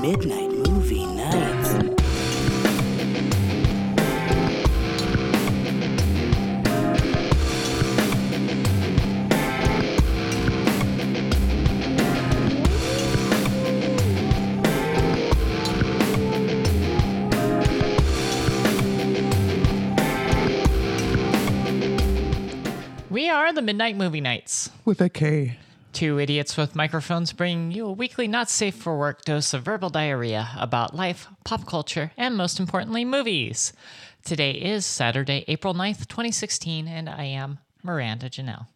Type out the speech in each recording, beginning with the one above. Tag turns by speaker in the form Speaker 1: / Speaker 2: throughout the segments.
Speaker 1: Midnight Movie Nights.
Speaker 2: We are the Midnight Movie Nights.
Speaker 3: with a K.
Speaker 2: Two idiots with microphones bringing you a weekly not safe for work dose of verbal diarrhea about life, pop culture, and most importantly, movies. Today is Saturday, April 9th, 2016, and I am Miranda Janelle.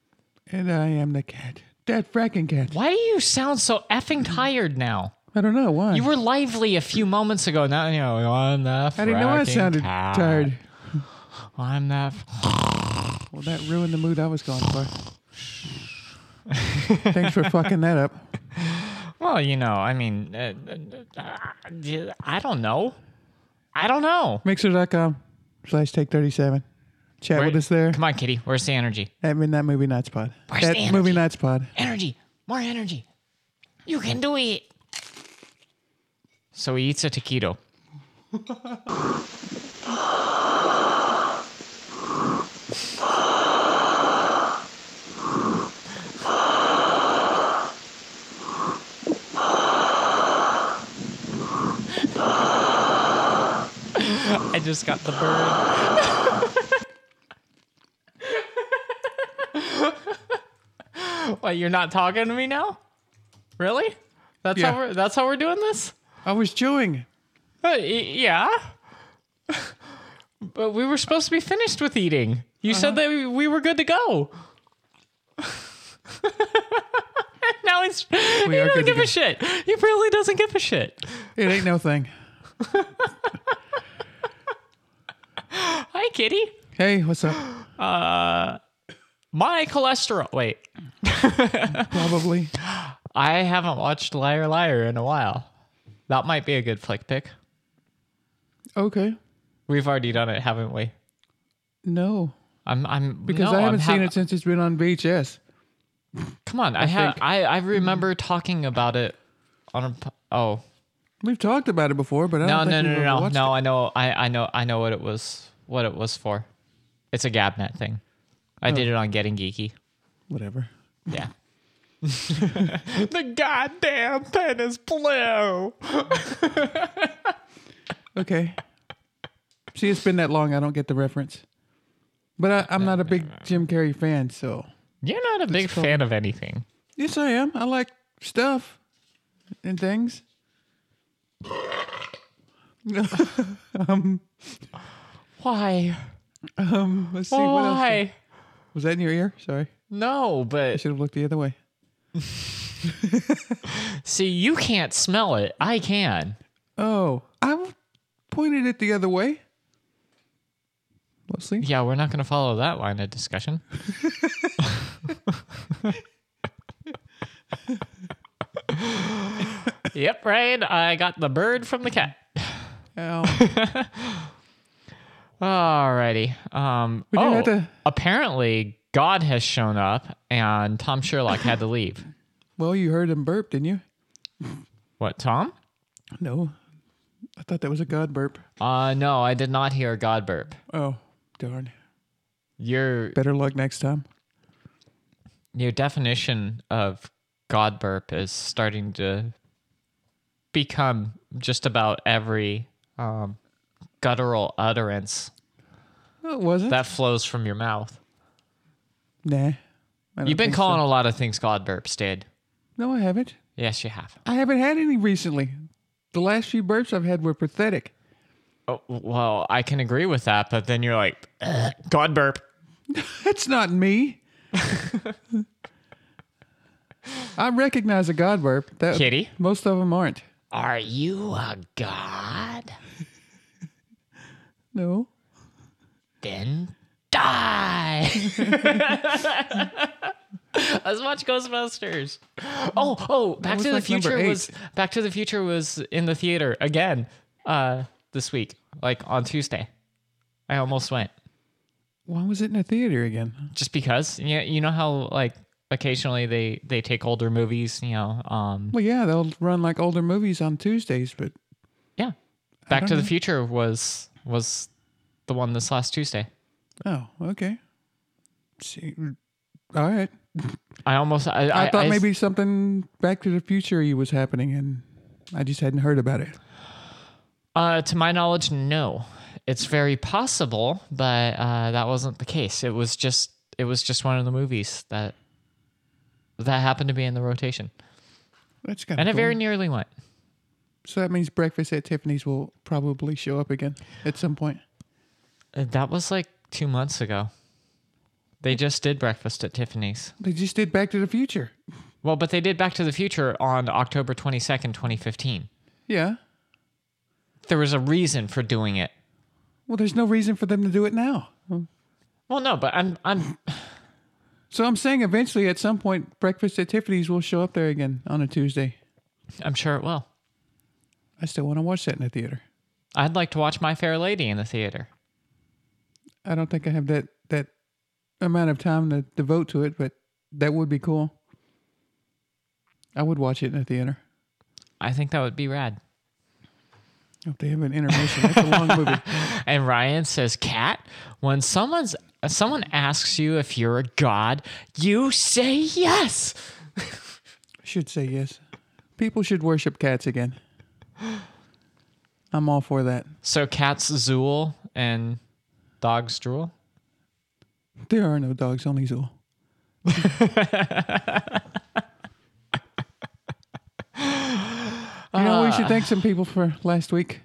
Speaker 3: And I am the cat. That fracking cat.
Speaker 2: Why do you sound so effing
Speaker 3: Mm.
Speaker 2: tired now?
Speaker 3: I don't know why.
Speaker 2: You were lively a few moments ago. Now you know I'm that.
Speaker 3: I didn't know I
Speaker 2: fracking
Speaker 3: sounded
Speaker 2: cat.
Speaker 3: tired.
Speaker 2: I'm that.
Speaker 3: Well, that ruined the mood I was going for. Thanks for fucking that up.
Speaker 2: Well, you know, I mean, uh, uh, uh, I don't know. I don't know.
Speaker 3: Mixer.com slash take 37. Chat with us there
Speaker 2: Come on, kitty. Where's the energy?
Speaker 3: at Midnight Movie Nights Pod.
Speaker 2: Where's
Speaker 3: at
Speaker 2: the energy?
Speaker 3: Movie Nights Pod.
Speaker 2: Energy. More energy. You can do it. So he eats a taquito. I just got the bird. What, you're not talking to me now? Really? That's
Speaker 3: Yeah.
Speaker 2: how we're that's how we're doing this?
Speaker 3: I was chewing.
Speaker 2: Uh, y- yeah. but we were supposed to be finished with eating. You said that
Speaker 3: Uh-huh.
Speaker 2: we- we were good to go. now he's he
Speaker 3: are
Speaker 2: doesn't
Speaker 3: good to
Speaker 2: give
Speaker 3: go.
Speaker 2: a shit. He really doesn't give a shit.
Speaker 3: It ain't no thing.
Speaker 2: Hi, kitty.
Speaker 3: Hey, what's up?
Speaker 2: My cholesterol. Wait,
Speaker 3: Probably.
Speaker 2: I haven't watched Liar Liar in a while. That might be a good flick pick.
Speaker 3: Okay.
Speaker 2: We've already done it, haven't we?
Speaker 3: No.
Speaker 2: I'm. I'm no,
Speaker 3: Because I
Speaker 2: I'm
Speaker 3: haven't seen
Speaker 2: hav-
Speaker 3: it since it's been on VHS.
Speaker 2: Come on, I, have.
Speaker 3: think.
Speaker 2: I I remember talking about it on a. p- Oh,
Speaker 3: We've talked about it before, but I
Speaker 2: No,
Speaker 3: don't
Speaker 2: no,
Speaker 3: think
Speaker 2: no,
Speaker 3: we've
Speaker 2: no, no.
Speaker 3: watched
Speaker 2: No, I know, I, I know, I know what it was, what it was for. It's a Gabnet thing. I did
Speaker 3: Oh.
Speaker 2: it on Getting Geeky.
Speaker 3: it. Whatever.
Speaker 2: Yeah. the goddamn pen is blue.
Speaker 3: Okay. See, it's been that long. I don't get the reference. But I, I'm not a big Jim Carrey fan, so
Speaker 2: You're not a big fan of anything.
Speaker 3: yes, I am. I like stuff and things.
Speaker 2: Why?
Speaker 3: Um, let's see what else.
Speaker 2: Why?
Speaker 3: Was that in your ear? Sorry,
Speaker 2: No,
Speaker 3: I
Speaker 2: but
Speaker 3: should have looked the other way.
Speaker 2: see, you can't smell it. I can.
Speaker 3: Oh, I pointed it the other way. Mostly.
Speaker 2: Yeah, we're not going to follow that line of discussion. yep, right. I got the bird from the cat.
Speaker 3: Ow.
Speaker 2: Alrighty. Um,
Speaker 3: do
Speaker 2: oh,
Speaker 3: have to-
Speaker 2: apparently God has shown up, and Tom Sherlock had to leave.
Speaker 3: well, you heard him burp, didn't you?
Speaker 2: What, Tom?
Speaker 3: No, I thought that was a god burp.
Speaker 2: Uh, no, I did not hear God burp.
Speaker 3: Oh, darn.
Speaker 2: Your
Speaker 3: Better luck next time.
Speaker 2: your definition of God burp is starting to become just about every um, guttural utterance
Speaker 3: No, Oh, it wasn't.
Speaker 2: that flows from your mouth.
Speaker 3: nah. I
Speaker 2: You've
Speaker 3: don't
Speaker 2: been
Speaker 3: think so.
Speaker 2: calling a lot of things God burps, Dad.
Speaker 3: No, I haven't.
Speaker 2: Yes, you have.
Speaker 3: I haven't had any recently. The last few burps I've had were pathetic.
Speaker 2: Oh, well, I can agree with that, but then you're like, "Ugh, God burp.
Speaker 3: That's not me. I recognize a god burp. That
Speaker 2: Kitty?
Speaker 3: Most of them aren't.
Speaker 2: Are you a God?
Speaker 3: No.
Speaker 2: Then die. Let's watch Ghostbusters. Oh, oh, Back
Speaker 3: was
Speaker 2: to the
Speaker 3: like number
Speaker 2: Future
Speaker 3: eight.
Speaker 2: was Back to the Future was in the theater again uh this week, like on Tuesday. I almost went
Speaker 3: Why was it in a theater again?
Speaker 2: just because you know, you know how like occasionally they they take older movies, you know, um
Speaker 3: Well, yeah, they'll run like older movies on Tuesdays, but
Speaker 2: yeah. Back
Speaker 3: don't
Speaker 2: to the
Speaker 3: know.
Speaker 2: Future was was the one this last Tuesday.
Speaker 3: oh, okay. See, all right.
Speaker 2: I almost I,
Speaker 3: I, thought
Speaker 2: I-
Speaker 3: maybe something Back to the Future was happening, and I just hadn't heard about it.
Speaker 2: Uh, to my knowledge, no. It's very possible, but uh, that wasn't the case. It was just it was just one of the movies that that happened to be in the rotation,
Speaker 3: That's kind
Speaker 2: and
Speaker 3: of
Speaker 2: it very nearly went.
Speaker 3: So that means Breakfast at Tiffany's will probably show up again at some point.
Speaker 2: Uh, That was like two months ago. They just did Breakfast at Tiffany's.
Speaker 3: They just did Back to the Future.
Speaker 2: Well, but they did Back to the Future on October twenty second, twenty fifteen.
Speaker 3: Yeah.
Speaker 2: There was a reason for doing it.
Speaker 3: Well, there's no reason for them to do it now.
Speaker 2: Well, no, but I'm I'm
Speaker 3: So I'm saying eventually at some point Breakfast at Tiffany's will show up there again on a Tuesday.
Speaker 2: I'm sure it will.
Speaker 3: I still want to watch that in the theater.
Speaker 2: I'd like to watch My Fair Lady in the theater.
Speaker 3: I don't think I have that that amount of time to devote to it, but that would be cool. I would watch it in a theater.
Speaker 2: I think that would be rad.
Speaker 3: If they have an intermission, that's a long movie.
Speaker 2: And Ryan says, "Cat, when someone's if someone asks you if you're a god, you say yes."
Speaker 3: Should say yes. People should worship cats again. I'm all for that.
Speaker 2: So cats zool and dogs drool.
Speaker 3: There are no dogs, only Zool. you know, we should thank some people for last week.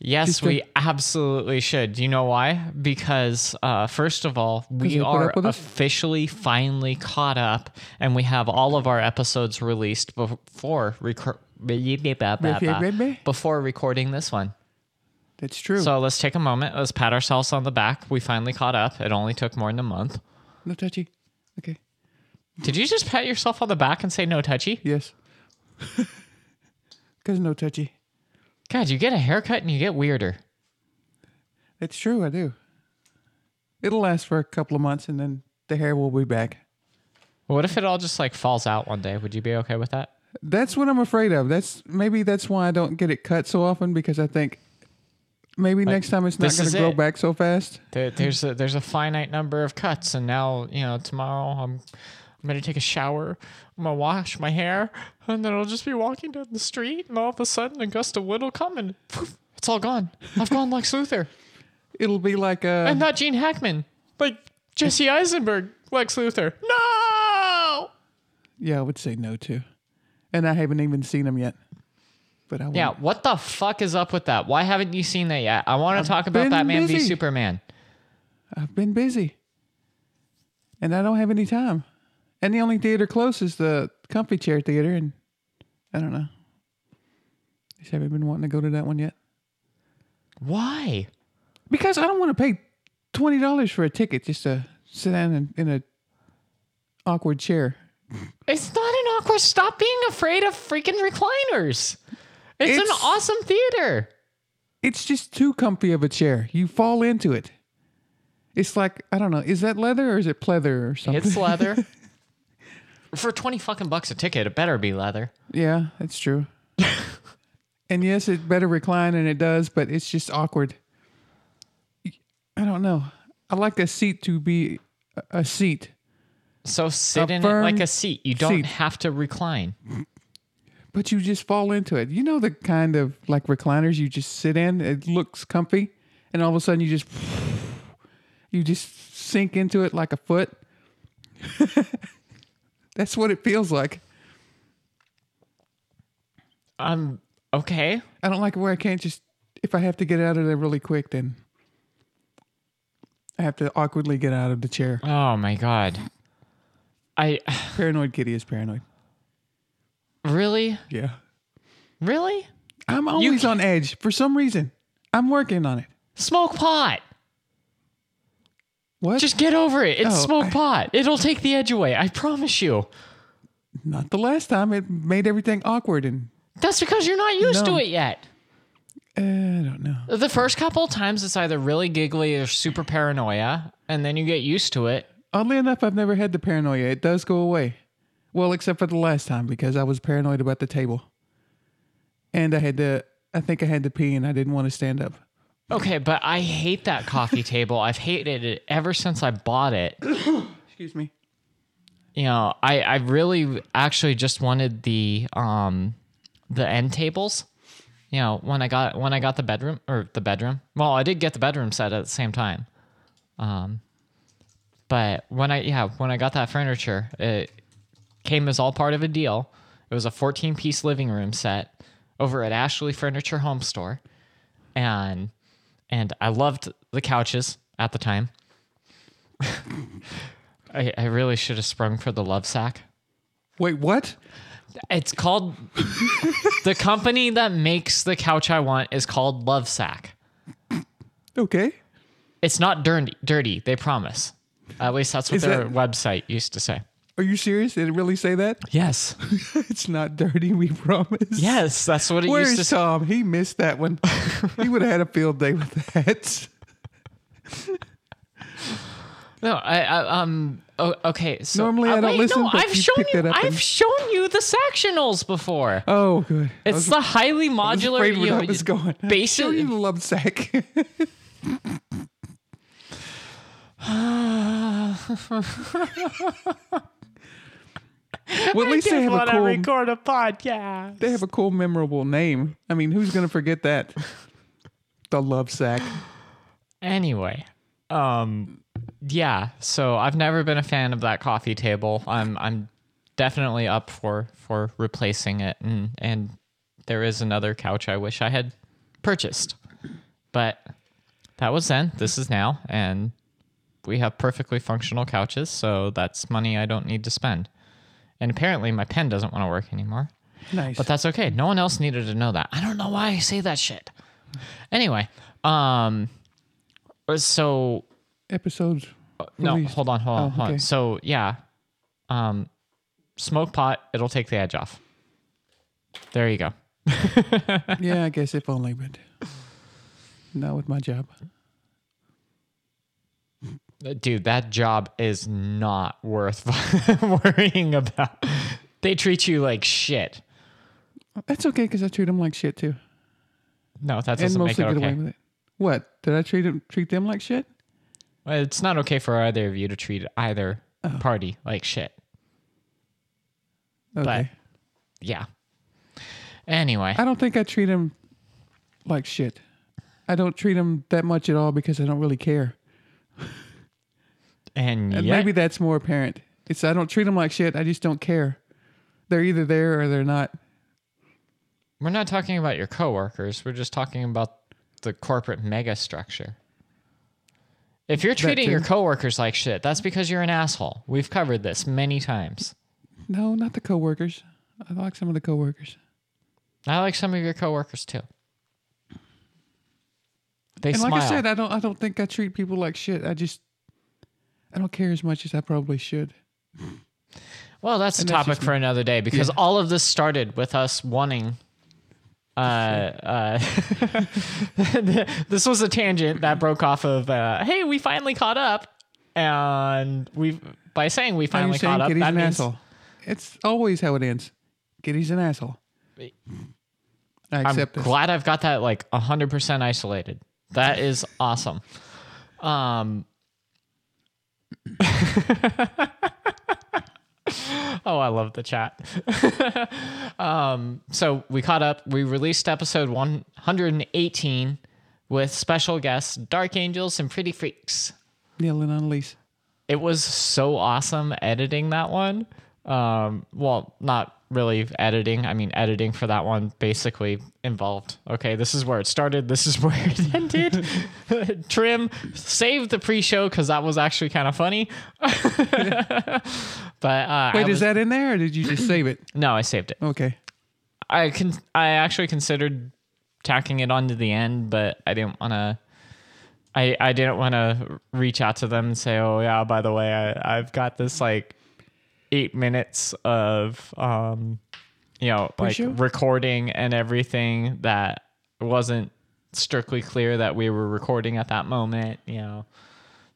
Speaker 2: Yes,
Speaker 3: Just
Speaker 2: we absolutely should. You know why? Because uh, first of all, we
Speaker 3: they put
Speaker 2: are
Speaker 3: up with us?
Speaker 2: officially finally caught up, and we have all of our episodes released before recor- before recording this one.
Speaker 3: That's true.
Speaker 2: So let's take a moment. Let's pat ourselves on the back. We finally caught up. It only took more than a month.
Speaker 3: no touchy. Okay.
Speaker 2: Did you just pat yourself on the back and say no touchy?
Speaker 3: Yes. Because no touchy.
Speaker 2: God, you get a haircut and you get weirder.
Speaker 3: That's true. I do. It'll last for a couple of months, and then the hair will be back.
Speaker 2: What if it all just like falls out one day? Would you be okay with that?
Speaker 3: That's what I'm afraid of. That's maybe that's why I don't get it cut so often because I think maybe next time it's not
Speaker 2: this
Speaker 3: going
Speaker 2: is
Speaker 3: to grow
Speaker 2: it.
Speaker 3: back so fast.
Speaker 2: There, there's a there's a finite number of cuts, and now you know tomorrow I'm I'm gonna take a shower, I'm gonna wash my hair, and then I'll just be walking down the street, and all of a sudden a gust of wind will come, and poof, it's all gone. I've gone Lex Luthor,
Speaker 3: It'll be like uh, a.
Speaker 2: and not Gene Hackman, like Jesse Eisenberg, Lex Luthor. No.
Speaker 3: Yeah, I would say no to. And I haven't even seen them yet. But I would.
Speaker 2: Yeah, what the fuck is up with that? Why haven't you seen that yet? I want to talk about
Speaker 3: been
Speaker 2: Batman v
Speaker 3: busy.
Speaker 2: Superman.
Speaker 3: I've been busy. And I don't have any time. And the only theater close is the comfy chair theater and I don't know. Just haven't been wanting to go to that one yet.
Speaker 2: Why?
Speaker 3: Because I don't want to pay twenty dollars for a ticket just to sit down in, in a awkward chair.
Speaker 2: It's not an awkward. Stop being afraid of freaking recliners. It's, an
Speaker 3: It's-
Speaker 2: awesome theater.
Speaker 3: It's just too comfy of a chair. You fall into it. It's like I don't know, is that leather or is it pleather or something?
Speaker 2: It's leather. For 20 fucking bucks a ticket, it better be leather.
Speaker 3: Yeah, that's true. and yes, it better recline and it does, but it's just awkward. I don't know. I like a seat to be a- a seat,
Speaker 2: So sit in it
Speaker 3: firm
Speaker 2: like a seat. You don't
Speaker 3: seat.
Speaker 2: have to recline.
Speaker 3: but you just fall into it. You know the kind of like recliners you just sit in, it looks comfy, and all of a sudden you just you just sink into it like a foot. that's what it feels like.
Speaker 2: Um, okay.
Speaker 3: I don't like it where I can't just if I have to get out of there really quick, then I have to awkwardly get out of the chair.
Speaker 2: Oh my god. I
Speaker 3: Paranoid kitty is paranoid.
Speaker 2: really,
Speaker 3: Yeah.
Speaker 2: really
Speaker 3: I'm always on edge for some reason. I'm working on it.
Speaker 2: smoke pot.
Speaker 3: What?
Speaker 2: Just get over it. It's
Speaker 3: Oh,
Speaker 2: smoked
Speaker 3: I-
Speaker 2: pot. It'll take the edge away. I promise you.
Speaker 3: Not the last time. It made everything awkward and
Speaker 2: That's because you're not used
Speaker 3: No.
Speaker 2: to it yet.
Speaker 3: uh, I don't know.
Speaker 2: The first couple of times, it's either really giggly or super paranoia, and then you get used to it.
Speaker 3: Oddly enough, I've never had the paranoia. It does go away. Well, except for the last time because I was paranoid about the table. And I had to, I think I had to pee and I didn't want to stand up.
Speaker 2: Okay, but I hate that coffee table. I've hated it ever since I bought it.
Speaker 3: Excuse me.
Speaker 2: You know, I, I really actually just wanted the um the end tables. You know, when I got when I got the bedroom or the bedroom. Well, I did get the bedroom set at the same time. Um but when I yeah, when I got that furniture, it came as all part of a deal. It was a 14 piece living room set over at Ashley Furniture Home Store. And and I loved the couches at the time. I, I really should have sprung for the love sack.
Speaker 3: Wait, what?
Speaker 2: It's called the company that makes the couch I want is called Love Sack.
Speaker 3: Okay.
Speaker 2: It's not dirty. Dirty, they promise. At least that's what
Speaker 3: Is
Speaker 2: their
Speaker 3: that-
Speaker 2: website used to say.
Speaker 3: Are you serious? Did it really say that?
Speaker 2: Yes,
Speaker 3: It's not dirty, we promise.
Speaker 2: yes, that's what it used to
Speaker 3: Where's
Speaker 2: say.
Speaker 3: Tom? He missed that one. he would have had a field day with that.
Speaker 2: No, I, I um. Oh, okay. So
Speaker 3: Normally
Speaker 2: Uh,
Speaker 3: I don't
Speaker 2: wait,
Speaker 3: listen,
Speaker 2: No,
Speaker 3: but
Speaker 2: I've
Speaker 3: you
Speaker 2: shown
Speaker 3: picked
Speaker 2: you.
Speaker 3: that up
Speaker 2: I've
Speaker 3: and-
Speaker 2: shown you the sectionals before.
Speaker 3: Oh, good. I
Speaker 2: it's
Speaker 3: was-
Speaker 2: the highly
Speaker 3: I was
Speaker 2: modular.
Speaker 3: afraid where
Speaker 2: you-
Speaker 3: that was going.
Speaker 2: basic-
Speaker 3: Sure you love sack. well, at least they have a cool.
Speaker 2: record a podcast.
Speaker 3: they have a cool, memorable name. I mean, who's gonna forget that? The love sack.
Speaker 2: Anyway, um, yeah. So I've never been a fan of that coffee table. I'm I'm definitely up for for replacing it, and and there is another couch I wish I had purchased, but that was then. This is now, and we have perfectly functional couches, so that's money I don't need to spend. And apparently, my pen doesn't want to work anymore.
Speaker 3: Nice.
Speaker 2: But that's okay. No one else needed to know that. I don't know why I say that shit. Anyway, um, so
Speaker 3: Episodes.
Speaker 2: no,
Speaker 3: Released.
Speaker 2: hold on, hold on,
Speaker 3: Oh,
Speaker 2: hold on.
Speaker 3: okay.
Speaker 2: So yeah, um, smoke pot. It'll take the edge off. There you go.
Speaker 3: Yeah, I guess if only, but not with my job.
Speaker 2: Uh, Dude, that job is not worth worrying about. They treat you like shit.
Speaker 3: That's okay because I treat them like shit too,
Speaker 2: No, that
Speaker 3: and
Speaker 2: doesn't make
Speaker 3: mostly
Speaker 2: it
Speaker 3: get away
Speaker 2: okay.
Speaker 3: with it. What did I treat 'em- treat them like shit?
Speaker 2: It's not okay for either of you to treat either
Speaker 3: Oh.
Speaker 2: party like shit.
Speaker 3: Okay.
Speaker 2: Yeah. Anyway.
Speaker 3: I don't think I treat him like shit. I don't treat him that much at all because I don't really care.
Speaker 2: And,
Speaker 3: And
Speaker 2: yet-
Speaker 3: maybe that's more apparent. It's I don't treat him like shit. I just don't care. They're either there or they're not.
Speaker 2: we're not talking about your coworkers. We're just talking about the corporate mega structure. If you're treating your
Speaker 3: too.
Speaker 2: coworkers like shit, that's because you're an asshole. We've covered this many times.
Speaker 3: No, not the coworkers. I like some of the coworkers.
Speaker 2: I like some of your coworkers too. They
Speaker 3: And
Speaker 2: smile.
Speaker 3: like I said, I don't I don't think I treat people like shit. I just I don't care as much as I probably should.
Speaker 2: well, that's a
Speaker 3: that's
Speaker 2: topic
Speaker 3: just
Speaker 2: for another day because all of this started with us wanting. Uh, uh, this was a tangent that broke off of. Uh, hey, we finally caught up, and we by saying we
Speaker 3: Are you
Speaker 2: finally
Speaker 3: saying
Speaker 2: caught up,
Speaker 3: Kitty's
Speaker 2: that
Speaker 3: an
Speaker 2: means
Speaker 3: asshole? It's always how it ends. Kitty's an asshole. I
Speaker 2: I'm
Speaker 3: accept this.
Speaker 2: glad I've got that like 100% isolated. That is awesome. Um Oh, I love the chat. um so we caught up. We released episode 118 with special guests Dark Angels and Pretty Freaks.
Speaker 3: Neil and Annalise.
Speaker 2: It was so awesome editing that one. Um well, not really editing. I mean, editing for that one basically involved. Okay, this is where it started. This is where it ended. Trim, save the pre-show because that was actually kind of funny. but uh,
Speaker 3: Wait,
Speaker 2: I was-
Speaker 3: is that in there or did you just save it?
Speaker 2: no? I saved it.
Speaker 3: Okay.
Speaker 2: I can. I actually considered tacking it on to the end, but I didn't want to I, I didn't want to reach out to them and say, oh, yeah, by the way, I, I've got this like eight minutes of, um, you know, like
Speaker 3: Pre-show?
Speaker 2: recording and everything that wasn't strictly clear that we were recording at that moment, you know.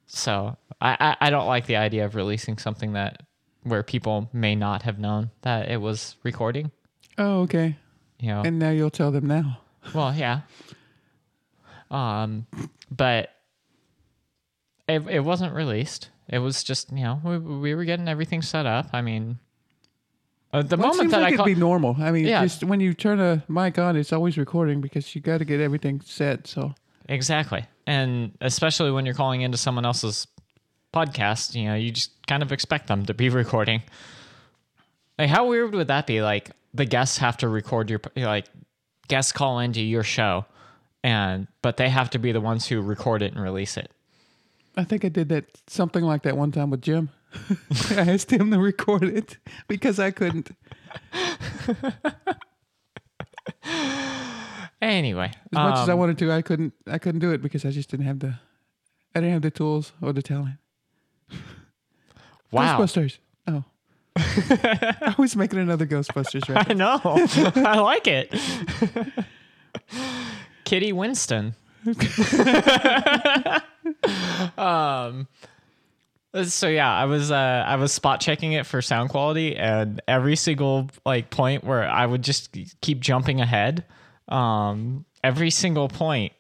Speaker 2: So I, I, I don't like the idea of releasing something that where people may not have known that it was recording,
Speaker 3: Oh, okay.
Speaker 2: you know.
Speaker 3: And now you'll tell them now.
Speaker 2: Well, yeah. Um, but it it wasn't released. It was just you know we we were getting everything set up. I mean, uh, the
Speaker 3: Well, it
Speaker 2: moment
Speaker 3: seems
Speaker 2: that
Speaker 3: like
Speaker 2: I
Speaker 3: it'd
Speaker 2: call,
Speaker 3: be normal. I mean,
Speaker 2: Yeah.
Speaker 3: just when you turn a mic on, it's always recording because you got to get everything set. So
Speaker 2: exactly, and especially when you're calling into someone else's podcast, you know, you just kind of expect them to be recording. Like, how weird would that be? Like, the guests have to record your like guests call into your show, and but they have to be the ones who record it and release it.
Speaker 3: I think I did that something like that one time with Jim. I asked him to record it because I couldn't.
Speaker 2: Anyway,
Speaker 3: As much
Speaker 2: Um,
Speaker 3: as I wanted to, I couldn't. I couldn't do it because I just didn't have the, I didn't have the tools or the talent.
Speaker 2: wow.
Speaker 3: Ghostbusters. Oh, I was making another Ghostbusters
Speaker 2: I
Speaker 3: reference.
Speaker 2: know. I like it. Kitty Winston. um so yeah, I was uh I was spot checking it for sound quality and every single like point where I would just keep jumping ahead, um every single point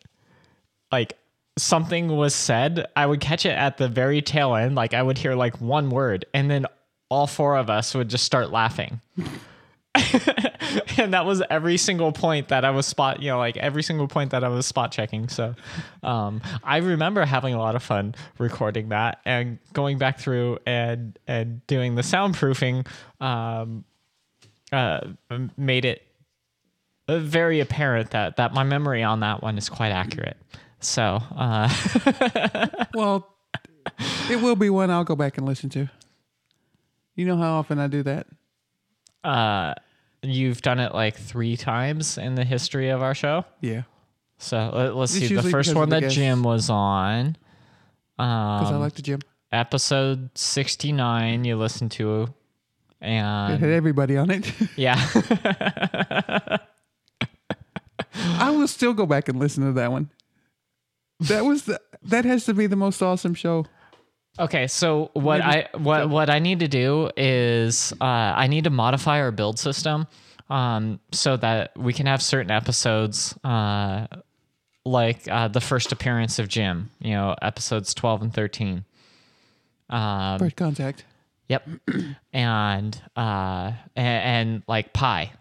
Speaker 2: like something was said, I would catch it at the very tail end, like I would hear like one word and then all four of us would just start laughing and that was every single point that I was spot, you know, like every single point that I was spot checking. So, um, I remember having a lot of fun recording that and going back through and and doing the soundproofing. Um, uh, made it uh, very apparent that that my memory on that one is quite accurate. So, uh,
Speaker 3: Well, it will be one I'll go back and listen to. You know how often I do that?
Speaker 2: uh, you've done it like three times in the history of our show.
Speaker 3: Yeah,
Speaker 2: So let, us
Speaker 3: It's
Speaker 2: see. The
Speaker 3: usually because
Speaker 2: first
Speaker 3: of
Speaker 2: one
Speaker 3: the
Speaker 2: that
Speaker 3: guests.
Speaker 2: Jim was on, um,
Speaker 3: because I like the Jim.
Speaker 2: episode sixty nine, you listened to,
Speaker 3: It
Speaker 2: and
Speaker 3: had everybody on it.
Speaker 2: yeah,
Speaker 3: I will still go back and listen to that one. That was the that has to be the most awesome show.
Speaker 2: okay. So what I what what I need to do is uh, I need to modify our build system, um, so that we can have certain episodes, uh, like uh, the first appearance of Jim. You know, episodes twelve and thirteen. Um,
Speaker 3: First contact.
Speaker 2: Yep. and uh a- and, like pie.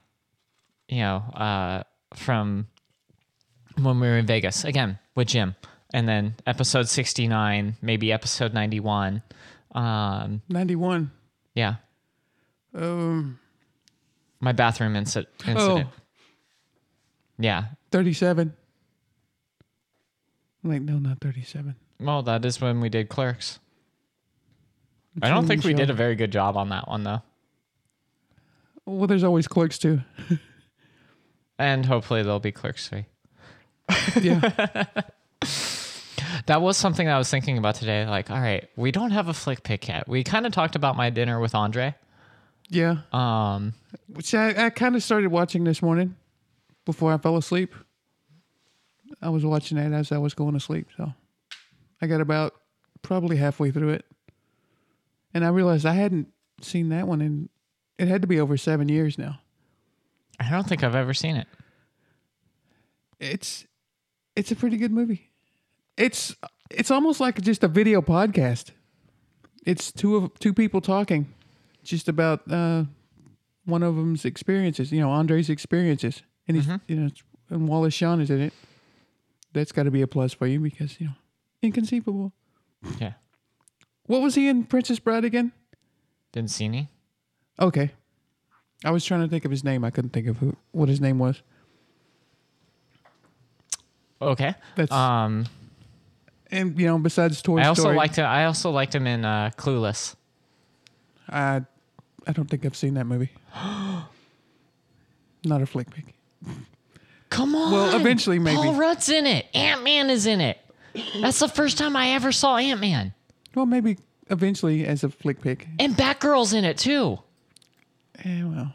Speaker 2: You know, uh from when we were in Vegas again with Jim. And then episode 69, maybe episode 91. Um
Speaker 3: Ninety one.
Speaker 2: yeah,
Speaker 3: Um
Speaker 2: my bathroom inci- incident.
Speaker 3: oh,
Speaker 2: Yeah.
Speaker 3: 37. I'm like, no, not 37.
Speaker 2: Well, that is when we did clerks. I don't think we did a very good job on that one though.
Speaker 3: Well, there's always clerks too.
Speaker 2: And hopefully there'll be clerks 3.
Speaker 3: Yeah.
Speaker 2: That was something I was thinking about today. Like, all right, we don't have a flick pick yet. We kind of talked about my dinner with Andre.
Speaker 3: yeah.
Speaker 2: Um,
Speaker 3: Which I, I kind of started watching this morning before I fell asleep. I was watching it as I was going to sleep. So I got about probably halfway through it. And I realized I hadn't seen that one in, it had to be over seven years now.
Speaker 2: I don't think I've ever seen it.
Speaker 3: It's, it's a pretty good movie. It's, it's almost like just a video podcast. It's two of two people talking, just about uh, one of them's experiences. You know, Andre's experiences, and
Speaker 2: Mm-hmm.
Speaker 3: he's you know, it's- and Wallace Shawn is in it. That's got to be a plus for you because you know, inconceivable.
Speaker 2: Yeah,
Speaker 3: What was he in Princess Bride again?
Speaker 2: didn't see any.
Speaker 3: Okay, I was trying to think of his name. I couldn't think of who what his name was.
Speaker 2: Okay.
Speaker 3: That's
Speaker 2: Um,
Speaker 3: and you know, besides Toy
Speaker 2: I also
Speaker 3: Story,
Speaker 2: liked. I also liked him in uh, Clueless.
Speaker 3: I I don't think I've seen that movie. Not a flick pick.
Speaker 2: Come on.
Speaker 3: eventually maybe.
Speaker 2: Paul Rudd's in it. Ant Man is in it. That's the first time I ever saw Ant Man.
Speaker 3: Well, maybe eventually as a flick pick.
Speaker 2: And Batgirl's in it too.
Speaker 3: Yeah, well,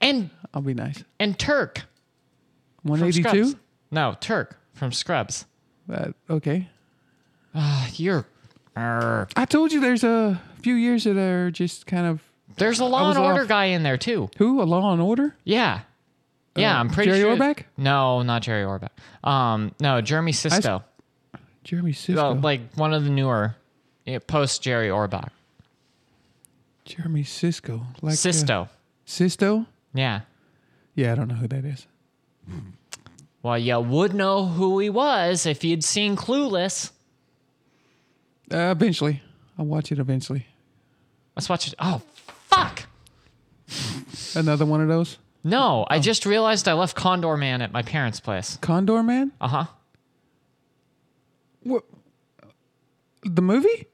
Speaker 2: And
Speaker 3: I'll be nice.
Speaker 2: and Turk from
Speaker 3: 182?
Speaker 2: Scrubs. No, Turk from Scrubs.
Speaker 3: Uh, okay.
Speaker 2: You're Arr.
Speaker 3: I told you there's a few years that are just kind of
Speaker 2: there's a Law
Speaker 3: was
Speaker 2: and Order
Speaker 3: off.
Speaker 2: guy in there too.
Speaker 3: who? A law and order?
Speaker 2: Yeah. Yeah,
Speaker 3: Uh,
Speaker 2: I'm pretty
Speaker 3: Jerry
Speaker 2: sure.
Speaker 3: Orbach?
Speaker 2: No, not Jerry Orbach. Um, no, Jeremy Sisto.
Speaker 3: Jeremy
Speaker 2: Uh,
Speaker 3: Sisto.
Speaker 2: like one of the newer post Jerry Orbach.
Speaker 3: Jeremy Sisko. Like uh,
Speaker 2: Sisto.
Speaker 3: Sisto?
Speaker 2: Yeah.
Speaker 3: Yeah, I don't know who that is.
Speaker 2: Well, you would know who he was if you'd seen Clueless.
Speaker 3: Uh, eventually. I'll watch it eventually.
Speaker 2: Let's watch it. Oh, fuck.
Speaker 3: Another one of those.
Speaker 2: No,
Speaker 3: Oh.
Speaker 2: I just realized I left Condor Man at my parents' place.
Speaker 3: Condor Man?
Speaker 2: Uh huh.
Speaker 3: What? The movie?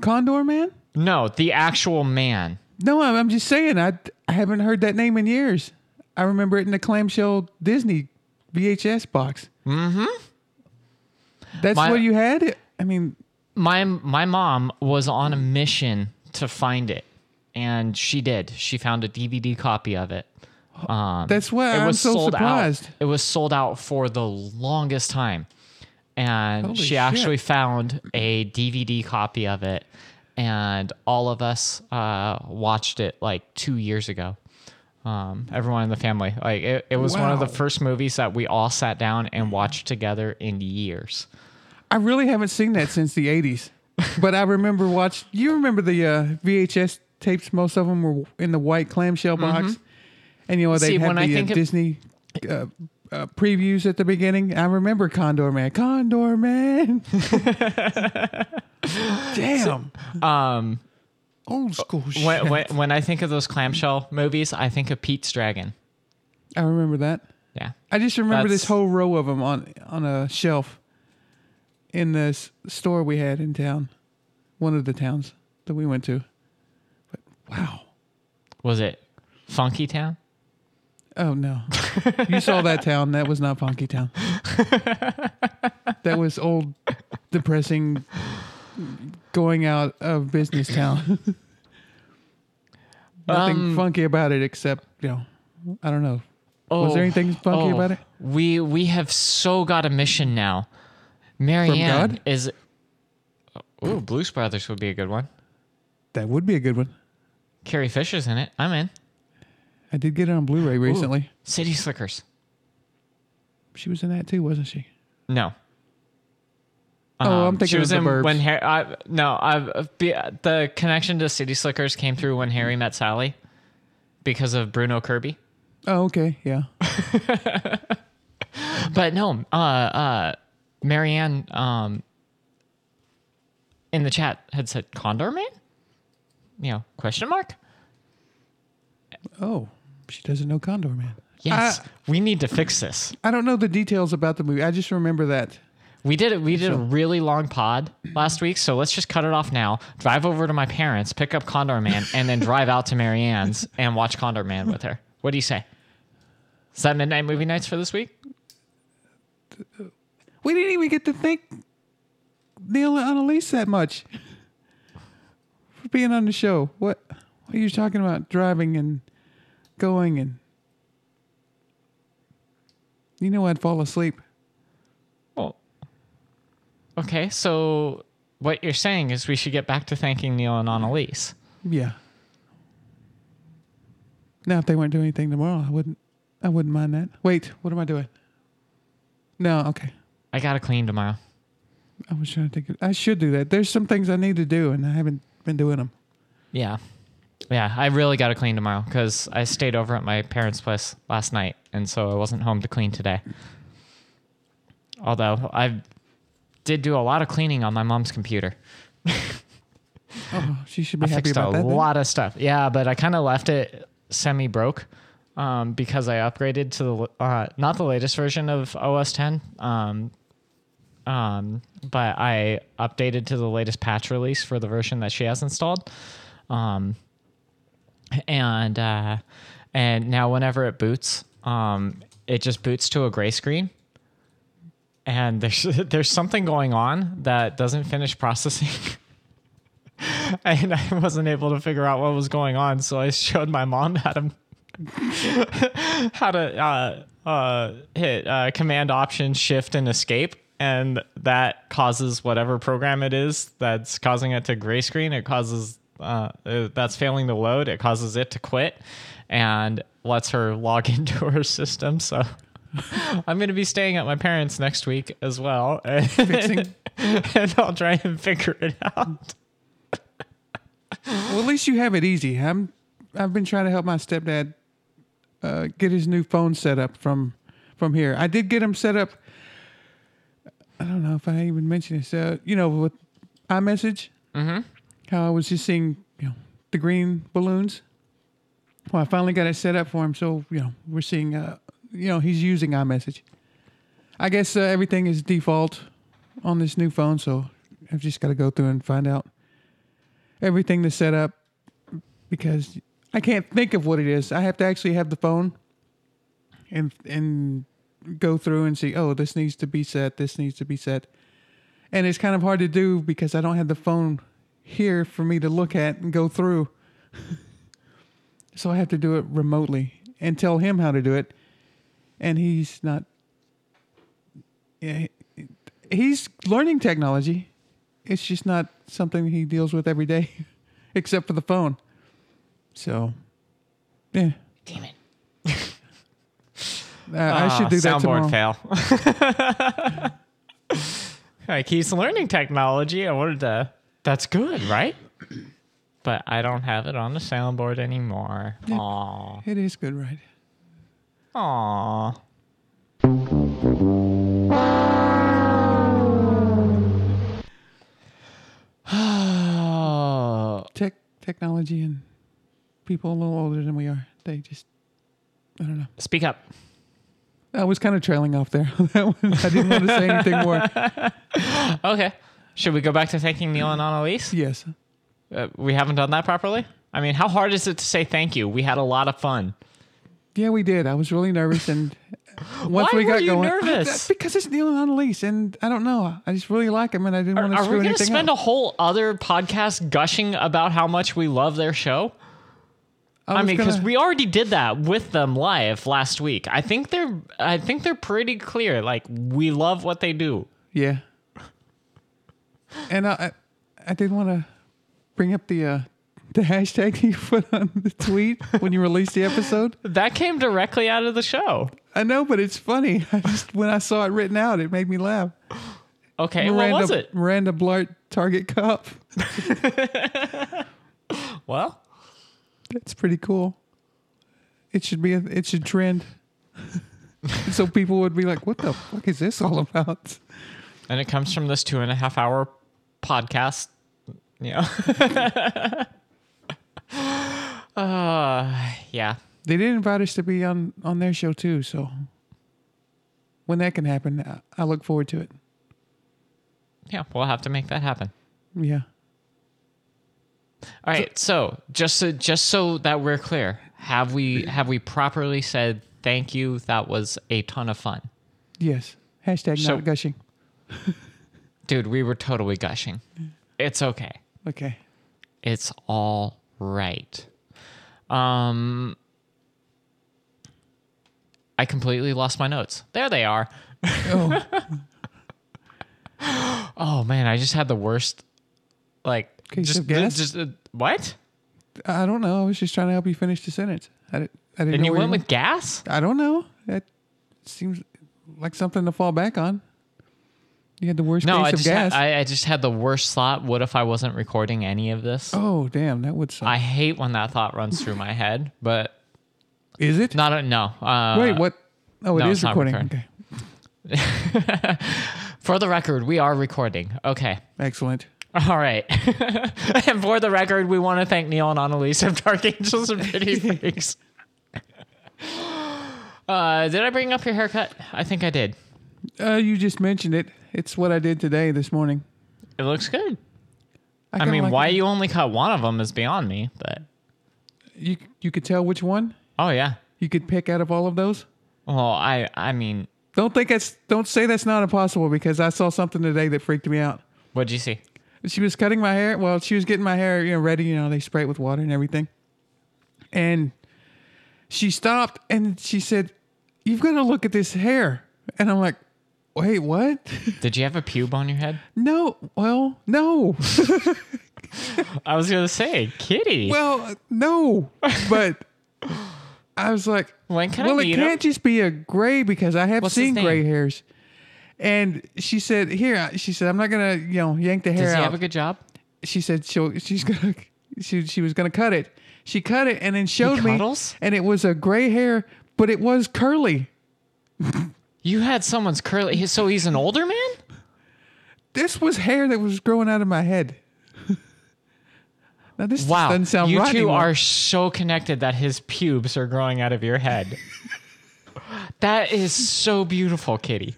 Speaker 3: Condor Man?
Speaker 2: No, the actual man.
Speaker 3: No, I'm, I'm just saying. I, I haven't heard that name in years. I remember it in the clamshell Disney VHS box. Mm-hmm. That's
Speaker 2: My-
Speaker 3: what you had. I mean,
Speaker 2: My my mom was on a mission to find it, and she did. She found a DVD copy of it.
Speaker 3: that's why
Speaker 2: it
Speaker 3: I'm
Speaker 2: was
Speaker 3: so
Speaker 2: sold
Speaker 3: surprised.
Speaker 2: out. It was sold out for the longest time, and
Speaker 3: Holy
Speaker 2: she
Speaker 3: shit.
Speaker 2: actually found a DVD copy of it, and all of us uh, watched it like two years ago. Um, everyone in the family, like it, it was one of the
Speaker 3: Wow.
Speaker 2: first movies that we all sat down and watched together in years.
Speaker 3: I really haven't seen that since the '80s. but I remember watch. You remember the uh, VHS tapes? Most of them were in the white clamshell box, and you know they
Speaker 2: Mm-hmm. See,
Speaker 3: had
Speaker 2: when I
Speaker 3: the uh,
Speaker 2: think of-
Speaker 3: Disney uh, uh, previews at the beginning. I remember Condor Man. Condor Man. Damn. um. Old school shit.
Speaker 2: When, when, when I think of those clamshell movies, I think of Pete's Dragon.
Speaker 3: I remember that.
Speaker 2: Yeah,
Speaker 3: I just remember this
Speaker 2: That's-
Speaker 3: whole row of them on on a shelf in this store we had in town, one of the towns that we went to. But wow,
Speaker 2: was it Funky Town?
Speaker 3: oh no, you saw that town? That was not Funky Town. that was old, depressing, going out of business town. Nothing
Speaker 2: Um,
Speaker 3: funky about it except you know, I don't know. Was there anything funky
Speaker 2: oh,
Speaker 3: about it?
Speaker 2: We we have so got a mission now. Marianne
Speaker 3: God?
Speaker 2: is. Ooh, Blues Brothers would be a good one.
Speaker 3: That would be a good one.
Speaker 2: Carrie Fisher's in it. I'm in.
Speaker 3: I did get it on Blu-ray recently.
Speaker 2: City Slickers.
Speaker 3: She was in that too, wasn't she?
Speaker 2: No.
Speaker 3: oh, I'm
Speaker 2: Um, she
Speaker 3: thinking of
Speaker 2: was
Speaker 3: the
Speaker 2: in
Speaker 3: Burbs.
Speaker 2: when Harry. I, no, I be- the connection to City Slickers came through when Harry met Sally, because of Bruno Kirby.
Speaker 3: oh, okay, yeah.
Speaker 2: But no, uh, uh, Marianne um, in the chat had said Condor Man? You know, question mark?
Speaker 3: Oh, she doesn't know Condor Man.
Speaker 2: Yes. Uh, we need to fix this.
Speaker 3: I don't know the details about the movie. I just remember that.
Speaker 2: We did it. We did a really long pod last week, so let's just cut it off now. Drive over to my parents, pick up Condor Man, and then drive out to Marianne's and watch Condor Man with her. What do you say? Is that midnight movie nights for this week?
Speaker 3: We didn't even get to thank Neil and Annalise that much for being on the show. What? What are you talking about? Driving and going and you know I'd fall asleep.
Speaker 2: Well, okay. So what you're saying is we should get back to thanking Neil and Annalise.
Speaker 3: Yeah. Now, if they weren't doing anything tomorrow, I wouldn't. I wouldn't mind that. Wait, what am I doing? No, okay.
Speaker 2: I gotta clean tomorrow.
Speaker 3: I was trying to think. Of, I should do that. There's some things I need to do, and I haven't been doing them.
Speaker 2: Yeah. Yeah, I really got to clean tomorrow because I stayed over at my parents' place last night, and so I wasn't home to clean today. Although I did do a lot of cleaning on my mom's computer.
Speaker 3: Oh, she should
Speaker 2: I
Speaker 3: be happy
Speaker 2: fixed a
Speaker 3: about that. then.
Speaker 2: lot of stuff. Yeah, but I kind of left it semi broke um, because I upgraded to the uh, not the latest version of OS 10, um, um, but I updated to the latest patch release for the version that she has installed. Um, and uh, and now whenever it boots, um, it just boots to a gray screen. and there's there's something going on that doesn't finish processing. and I wasn't able to figure out what was going on, so I showed my mom how to how to uh, uh, hit uh, command option shift and escape and that causes whatever program it is that's causing it to gray screen it causes uh, uh, that's failing to load it causes it to quit and lets her log into her system so i'm going to be staying at my parents next week as well
Speaker 3: Fixing-
Speaker 2: and i'll try and figure it out
Speaker 3: Well, at least you have it easy. I'm I've been trying to help my stepdad uh, get his new phone set up from from here. I did get him set up. I don't know if I even mentioned this. Uh, you know, with iMessage, mm-hmm. how I was just seeing you know the green balloons. Well, I finally got it set up for him, so you know we're seeing. Uh, you know, he's using iMessage. I guess uh, everything is default on this new phone, so I've just got to go through and find out everything to set up because I can't think of what it is. I have to actually have the phone and and go through and see, oh, this needs to be set, this needs to be set. And it's kind of hard to do because I don't have the phone here for me to look at and go through. so I have to do it remotely and tell him how to do it. And he's not yeah, he- he's learning technology it's just not something he deals with every day, except for the phone. So, yeah,
Speaker 2: damn it
Speaker 3: I, I should do that tomorrow.
Speaker 2: Ah, soundboard fail. like he's learning technology. I wanted to. That's good, right? But I don't have it on the soundboard anymore. Aw,
Speaker 3: It is good, right?
Speaker 2: aw. Oh,
Speaker 3: Tech technology and people a little older than we are, they just I don't know.
Speaker 2: speak up.
Speaker 3: I was kind of trailing off there. on that one. I didn't want to say anything more.
Speaker 2: Okay, should we go back to thanking Neil and Annalise?
Speaker 3: Yes,
Speaker 2: Uh, we haven't done that properly. I mean, how hard is it to say thank you? We had a lot of fun.
Speaker 3: yeah, we did. I was really nervous, and once
Speaker 2: Why
Speaker 3: we got
Speaker 2: were you
Speaker 3: going,
Speaker 2: nervous?
Speaker 3: because it's Neil and Annalise, and I don't know. I just really like him, and I didn't
Speaker 2: Are,
Speaker 3: want to
Speaker 2: are
Speaker 3: screw
Speaker 2: we going to
Speaker 3: anything
Speaker 2: spend
Speaker 3: up.
Speaker 2: a whole other podcast gushing about how much we love their show? I,
Speaker 3: was
Speaker 2: mean, because
Speaker 3: gonna-
Speaker 2: we already did that with them live last week. I think they're, I think they're pretty clear. Like we love what they do.
Speaker 3: Yeah. And I, I, I did want to bring up the uh, the hashtag you put on the tweet when you released the episode.
Speaker 2: That came directly out of the show.
Speaker 3: I know, but it's funny. I just when I saw it written out, it made me laugh.
Speaker 2: Okay,
Speaker 3: Miranda,
Speaker 2: what was it?
Speaker 3: Miranda Blart Target Cop.
Speaker 2: Well,
Speaker 3: That's pretty cool. It should be. A, it should trend. so people would be like, "What the fuck is this all about?"
Speaker 2: and it comes from this two and a half hour podcast. Yeah. uh, yeah.
Speaker 3: They did invite us to be on on their show too. So when that can happen, I, I look forward to it.
Speaker 2: Yeah. We'll have to make that happen.
Speaker 3: Yeah.
Speaker 2: All right. So just so, just so that we're clear, have we have we properly said thank you? That was a ton of fun,
Speaker 3: Yes. Hashtag
Speaker 2: So-
Speaker 3: not gushing.
Speaker 2: dude. We were totally gushing. It's okay.
Speaker 3: Okay.
Speaker 2: It's all right. Um, I completely lost my notes. There they are.
Speaker 3: Oh,
Speaker 2: Oh man, I just had the worst. Like
Speaker 3: Case
Speaker 2: just
Speaker 3: of gas?
Speaker 2: just uh, what?
Speaker 3: I don't know. I was just trying to help you finish the sentence. I, did, I didn't.
Speaker 2: And
Speaker 3: know
Speaker 2: you
Speaker 3: where
Speaker 2: went with gas?
Speaker 3: I don't know. That seems like something to fall back on. You had the worst
Speaker 2: No,
Speaker 3: case
Speaker 2: I
Speaker 3: of
Speaker 2: just
Speaker 3: gas.
Speaker 2: had, I, I just had the worst thought. What if I wasn't recording any of this?
Speaker 3: oh, damn. That would suck.
Speaker 2: I hate when that thought runs through my head, but
Speaker 3: is it?
Speaker 2: not a, no. Uh,
Speaker 3: Wait, what? Oh, it is
Speaker 2: no, it's not
Speaker 3: recording.
Speaker 2: recording.
Speaker 3: Okay.
Speaker 2: For the record, we are recording. Okay.
Speaker 3: Excellent.
Speaker 2: All right. and for the record, we want to thank Neil and Annalise of Dark Angels and Pretty Things. uh, did I bring up your haircut? I think I did.
Speaker 3: Uh, you just mentioned it. It's what I did today, this morning.
Speaker 2: It looks good. I
Speaker 3: kinda
Speaker 2: mean,
Speaker 3: like
Speaker 2: why
Speaker 3: it.
Speaker 2: you only cut one of them is beyond me, but
Speaker 3: You, you could tell which one
Speaker 2: oh yeah.
Speaker 3: you could pick out of all of those?
Speaker 2: Well, I I mean,
Speaker 3: Don't think that's don't say that's not impossible because I saw something today that freaked me out.
Speaker 2: What'd you see?
Speaker 3: she was cutting my hair. Well, she was getting my hair, you know, ready. You know, they spray it with water and everything. And she stopped and she said, "You've got to look at this hair." And I'm like, "Wait, what?
Speaker 2: Did you have a pube on your head?
Speaker 3: No. Well, no.
Speaker 2: I was gonna say, kitty.
Speaker 3: well, no." But I was like,
Speaker 2: When can I
Speaker 3: "Well,
Speaker 2: meet
Speaker 3: it
Speaker 2: him?"
Speaker 3: can't just be a gray because I have
Speaker 2: What's his
Speaker 3: seen
Speaker 2: name?
Speaker 3: gray hairs." And she said, "Here," she said, "I'm not gonna, you know, yank the hair
Speaker 2: Does he
Speaker 3: out."
Speaker 2: have a good job?
Speaker 3: she said she she's gonna she she was gonna cut it. She cut it and then showed me,
Speaker 2: cuddles?
Speaker 3: and it was a gray hair, but it was curly.
Speaker 2: You had someone's curly. So he's an older man.
Speaker 3: This was hair that was growing out of my head. now this
Speaker 2: Wow,
Speaker 3: doesn't sound
Speaker 2: you
Speaker 3: right.
Speaker 2: two
Speaker 3: anymore.
Speaker 2: are so connected that his pubes are growing out of your head. that is so beautiful, Kitty.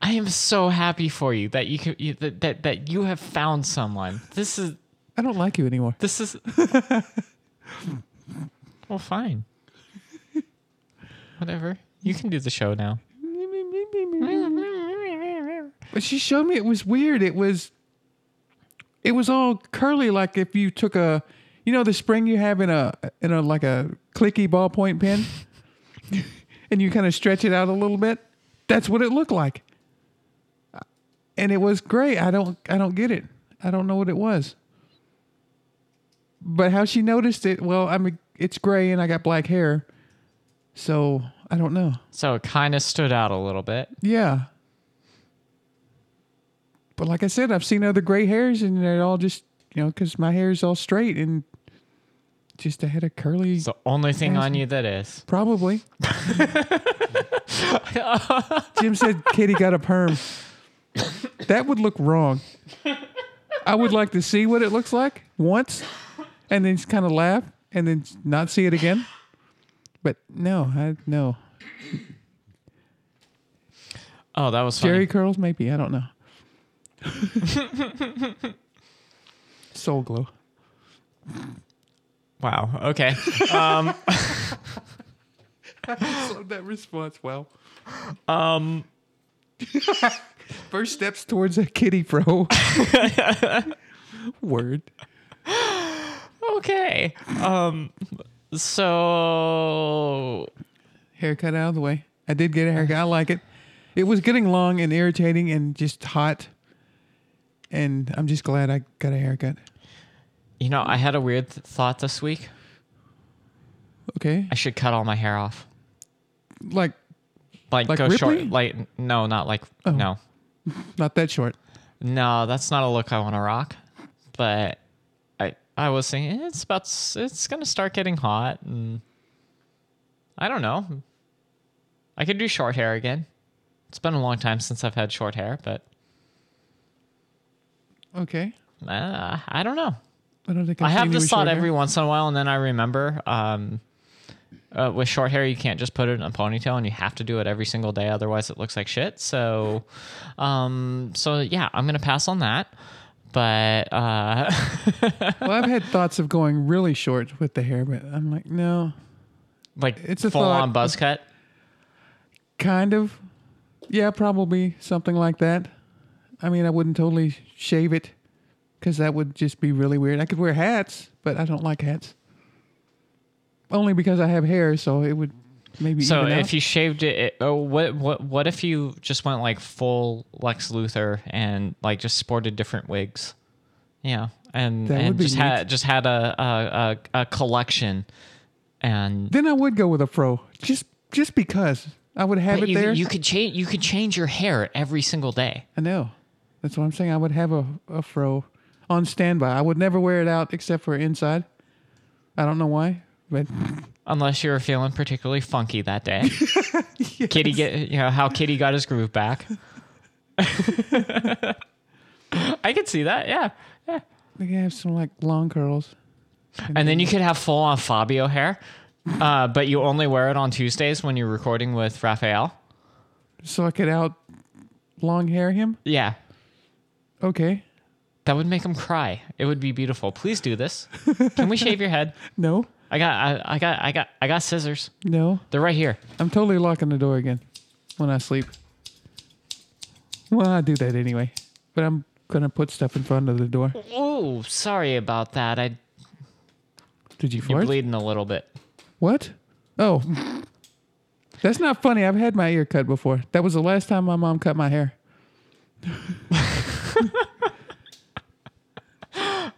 Speaker 2: I am so happy for you that you, can, you that, that that you have found someone. This is
Speaker 3: I don't like you anymore.
Speaker 2: this is. well, fine. Whatever. You can do the show now.
Speaker 3: But she showed me it was weird. It was it was all curly, like if you took a you know the spring you have in a in a like a clicky ballpoint pen, and you kind of stretch it out a little bit. That's what it looked like, and it was gray. I don't I don't get it. I don't know what it was. But how she noticed it? Well, I mean it's gray, and I got black hair, so I don't know.
Speaker 2: So it kind of stood out a little bit.
Speaker 3: Yeah. But like I said, I've seen other gray hairs, and they're all just you know because my hair is all straight and just a head of curly.
Speaker 2: It's the only thing on you that is.
Speaker 3: probably. Jim said Kitty got a perm. That would look wrong. I would like to see what it looks like once, and then kind of laugh, and then not see it again. But no, I no.
Speaker 2: Oh, that was funny.
Speaker 3: Jerry curls, maybe. I don't know. Soul glow.
Speaker 2: Wow. Okay.
Speaker 3: That response, well. Um. First steps towards a kitty, bro. Word.
Speaker 2: Okay. Um so
Speaker 3: Haircut out of the way. I did get a haircut. I like it. It was getting long and irritating and just hot. And I'm just glad I got a haircut.
Speaker 2: you know, I had a weird th- thought this week.
Speaker 3: Okay.
Speaker 2: I should cut all my hair off.
Speaker 3: Like,
Speaker 2: Like,
Speaker 3: Like
Speaker 2: go short.
Speaker 3: Ripley? Oh.
Speaker 2: Like no, not like no.
Speaker 3: not that short.
Speaker 2: No, that's not a look I want to rock. But I I was thinking eh, it's about s- it's going to start getting hot and I don't know. I could do short hair again. It's been a long time since I've had short hair, but
Speaker 3: Okay.
Speaker 2: uh, I don't know.
Speaker 3: I don't think I've
Speaker 2: I have
Speaker 3: seen you
Speaker 2: this
Speaker 3: with
Speaker 2: thought
Speaker 3: short hair.
Speaker 2: every once in a while, and then I remember um, uh, with short hair, you can't just put it in a ponytail, and you have to do it every single day. Otherwise, it looks like shit. So, um, so yeah, I'm gonna pass on that. But uh,
Speaker 3: well, I've had thoughts of going really short with the hair, but I'm like, no,
Speaker 2: like
Speaker 3: It's a
Speaker 2: full on
Speaker 3: thought.
Speaker 2: buzz cut.
Speaker 3: kind of. Yeah, probably something like that. I mean, I wouldn't totally shave it because that would just be really weird. I could wear hats, but I don't like hats. Only because I have hair, so it would maybe.
Speaker 2: So
Speaker 3: even
Speaker 2: if
Speaker 3: out.
Speaker 2: you shaved it, it oh, what what what if you just went like full Lex Luthor and like just sported different wigs? Yeah, and
Speaker 3: That would
Speaker 2: and
Speaker 3: be
Speaker 2: just
Speaker 3: neat.
Speaker 2: had just had a a, a, a collection. And
Speaker 3: then I would go with a fro, just just because I would have
Speaker 2: But
Speaker 3: it
Speaker 2: you,
Speaker 3: there.
Speaker 2: you could change. You could change your hair every single day.
Speaker 3: I know. That's what I'm saying. I would have a, a fro on standby. I would never wear it out except for inside. I don't know why, but
Speaker 2: Unless you're feeling particularly funky that day, Kitty get you know how Kitty got his groove back. I could see that, yeah.
Speaker 3: They can have some like long curls.
Speaker 2: And then you could have full on Fabio hair, uh, but you only wear it on Tuesdays when you're recording with Raphael.
Speaker 3: So I could out long hair him?
Speaker 2: Yeah,
Speaker 3: Okay.
Speaker 2: that would make him cry. It would be beautiful. Please do this. Can we shave your head?
Speaker 3: No.
Speaker 2: I got, I, I got, I got, I got scissors.
Speaker 3: No.
Speaker 2: They're right here.
Speaker 3: I'm totally locking the door again. when I sleep. Well, I do that anyway. But I'm gonna put stuff in front of the door.
Speaker 2: Oh, sorry about that. I
Speaker 3: Did you
Speaker 2: you're
Speaker 3: fart?
Speaker 2: bleeding a little bit.
Speaker 3: What? Oh. That's not funny. I've had my ear cut before. That was the last time my mom cut my hair.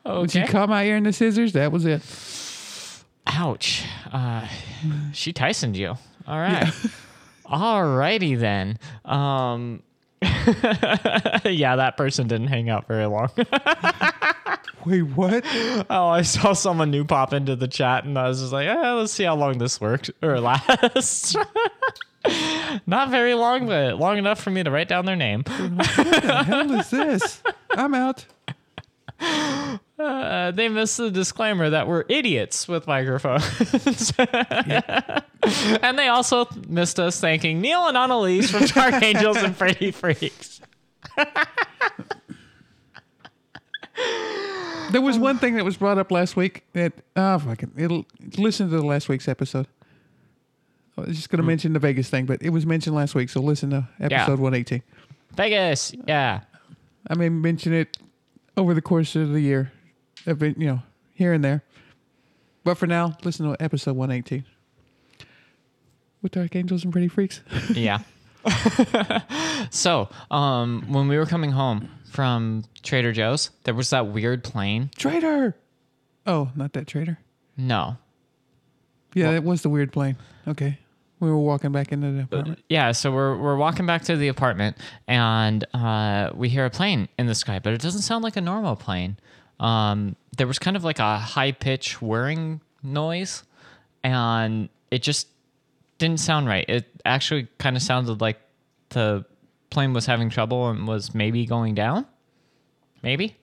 Speaker 3: When she
Speaker 2: Okay.
Speaker 3: caught my ear in the scissors, that was it.
Speaker 2: Ouch. Uh, she Tysoned you. All right. All righty then. Um, yeah, that person didn't hang out very long.
Speaker 3: Wait, what?
Speaker 2: oh, I saw someone new pop into the chat and I was just like, eh, let's see how long this works or lasts. Not very long, but long enough for me to write down their name.
Speaker 3: hell is this? I'm out.
Speaker 2: Uh, they missed the disclaimer that we're idiots with microphones. and they also missed us thanking Neil and Annalise from Dark Angels and Freddy Freaks.
Speaker 3: There was one thing that was brought up last week that oh fucking it'll listen to the last week's episode. I was just gonna mention the Vegas thing, but it was mentioned last week, so listen to episode one eighteen.
Speaker 2: Vegas, yeah.
Speaker 3: I may mention it over the course of the year, a bit, you know, here and there. But for now, listen to episode 118 with Dark Angels and Pretty Freaks.
Speaker 2: Yeah. so, um, when we were coming home from Trader Joe's, there was that weird plane.
Speaker 3: traitor! Oh, not that traitor.
Speaker 2: No.
Speaker 3: Yeah, that was the weird plane. Okay. We were walking back into the apartment.
Speaker 2: Yeah, so we're, we're walking back to the apartment and uh, we hear a plane in the sky, but it doesn't sound like a normal plane. Um, there was kind of like a high pitch whirring noise and it just didn't sound right. It actually kind of sounded like the plane was having trouble and was maybe going down. Maybe.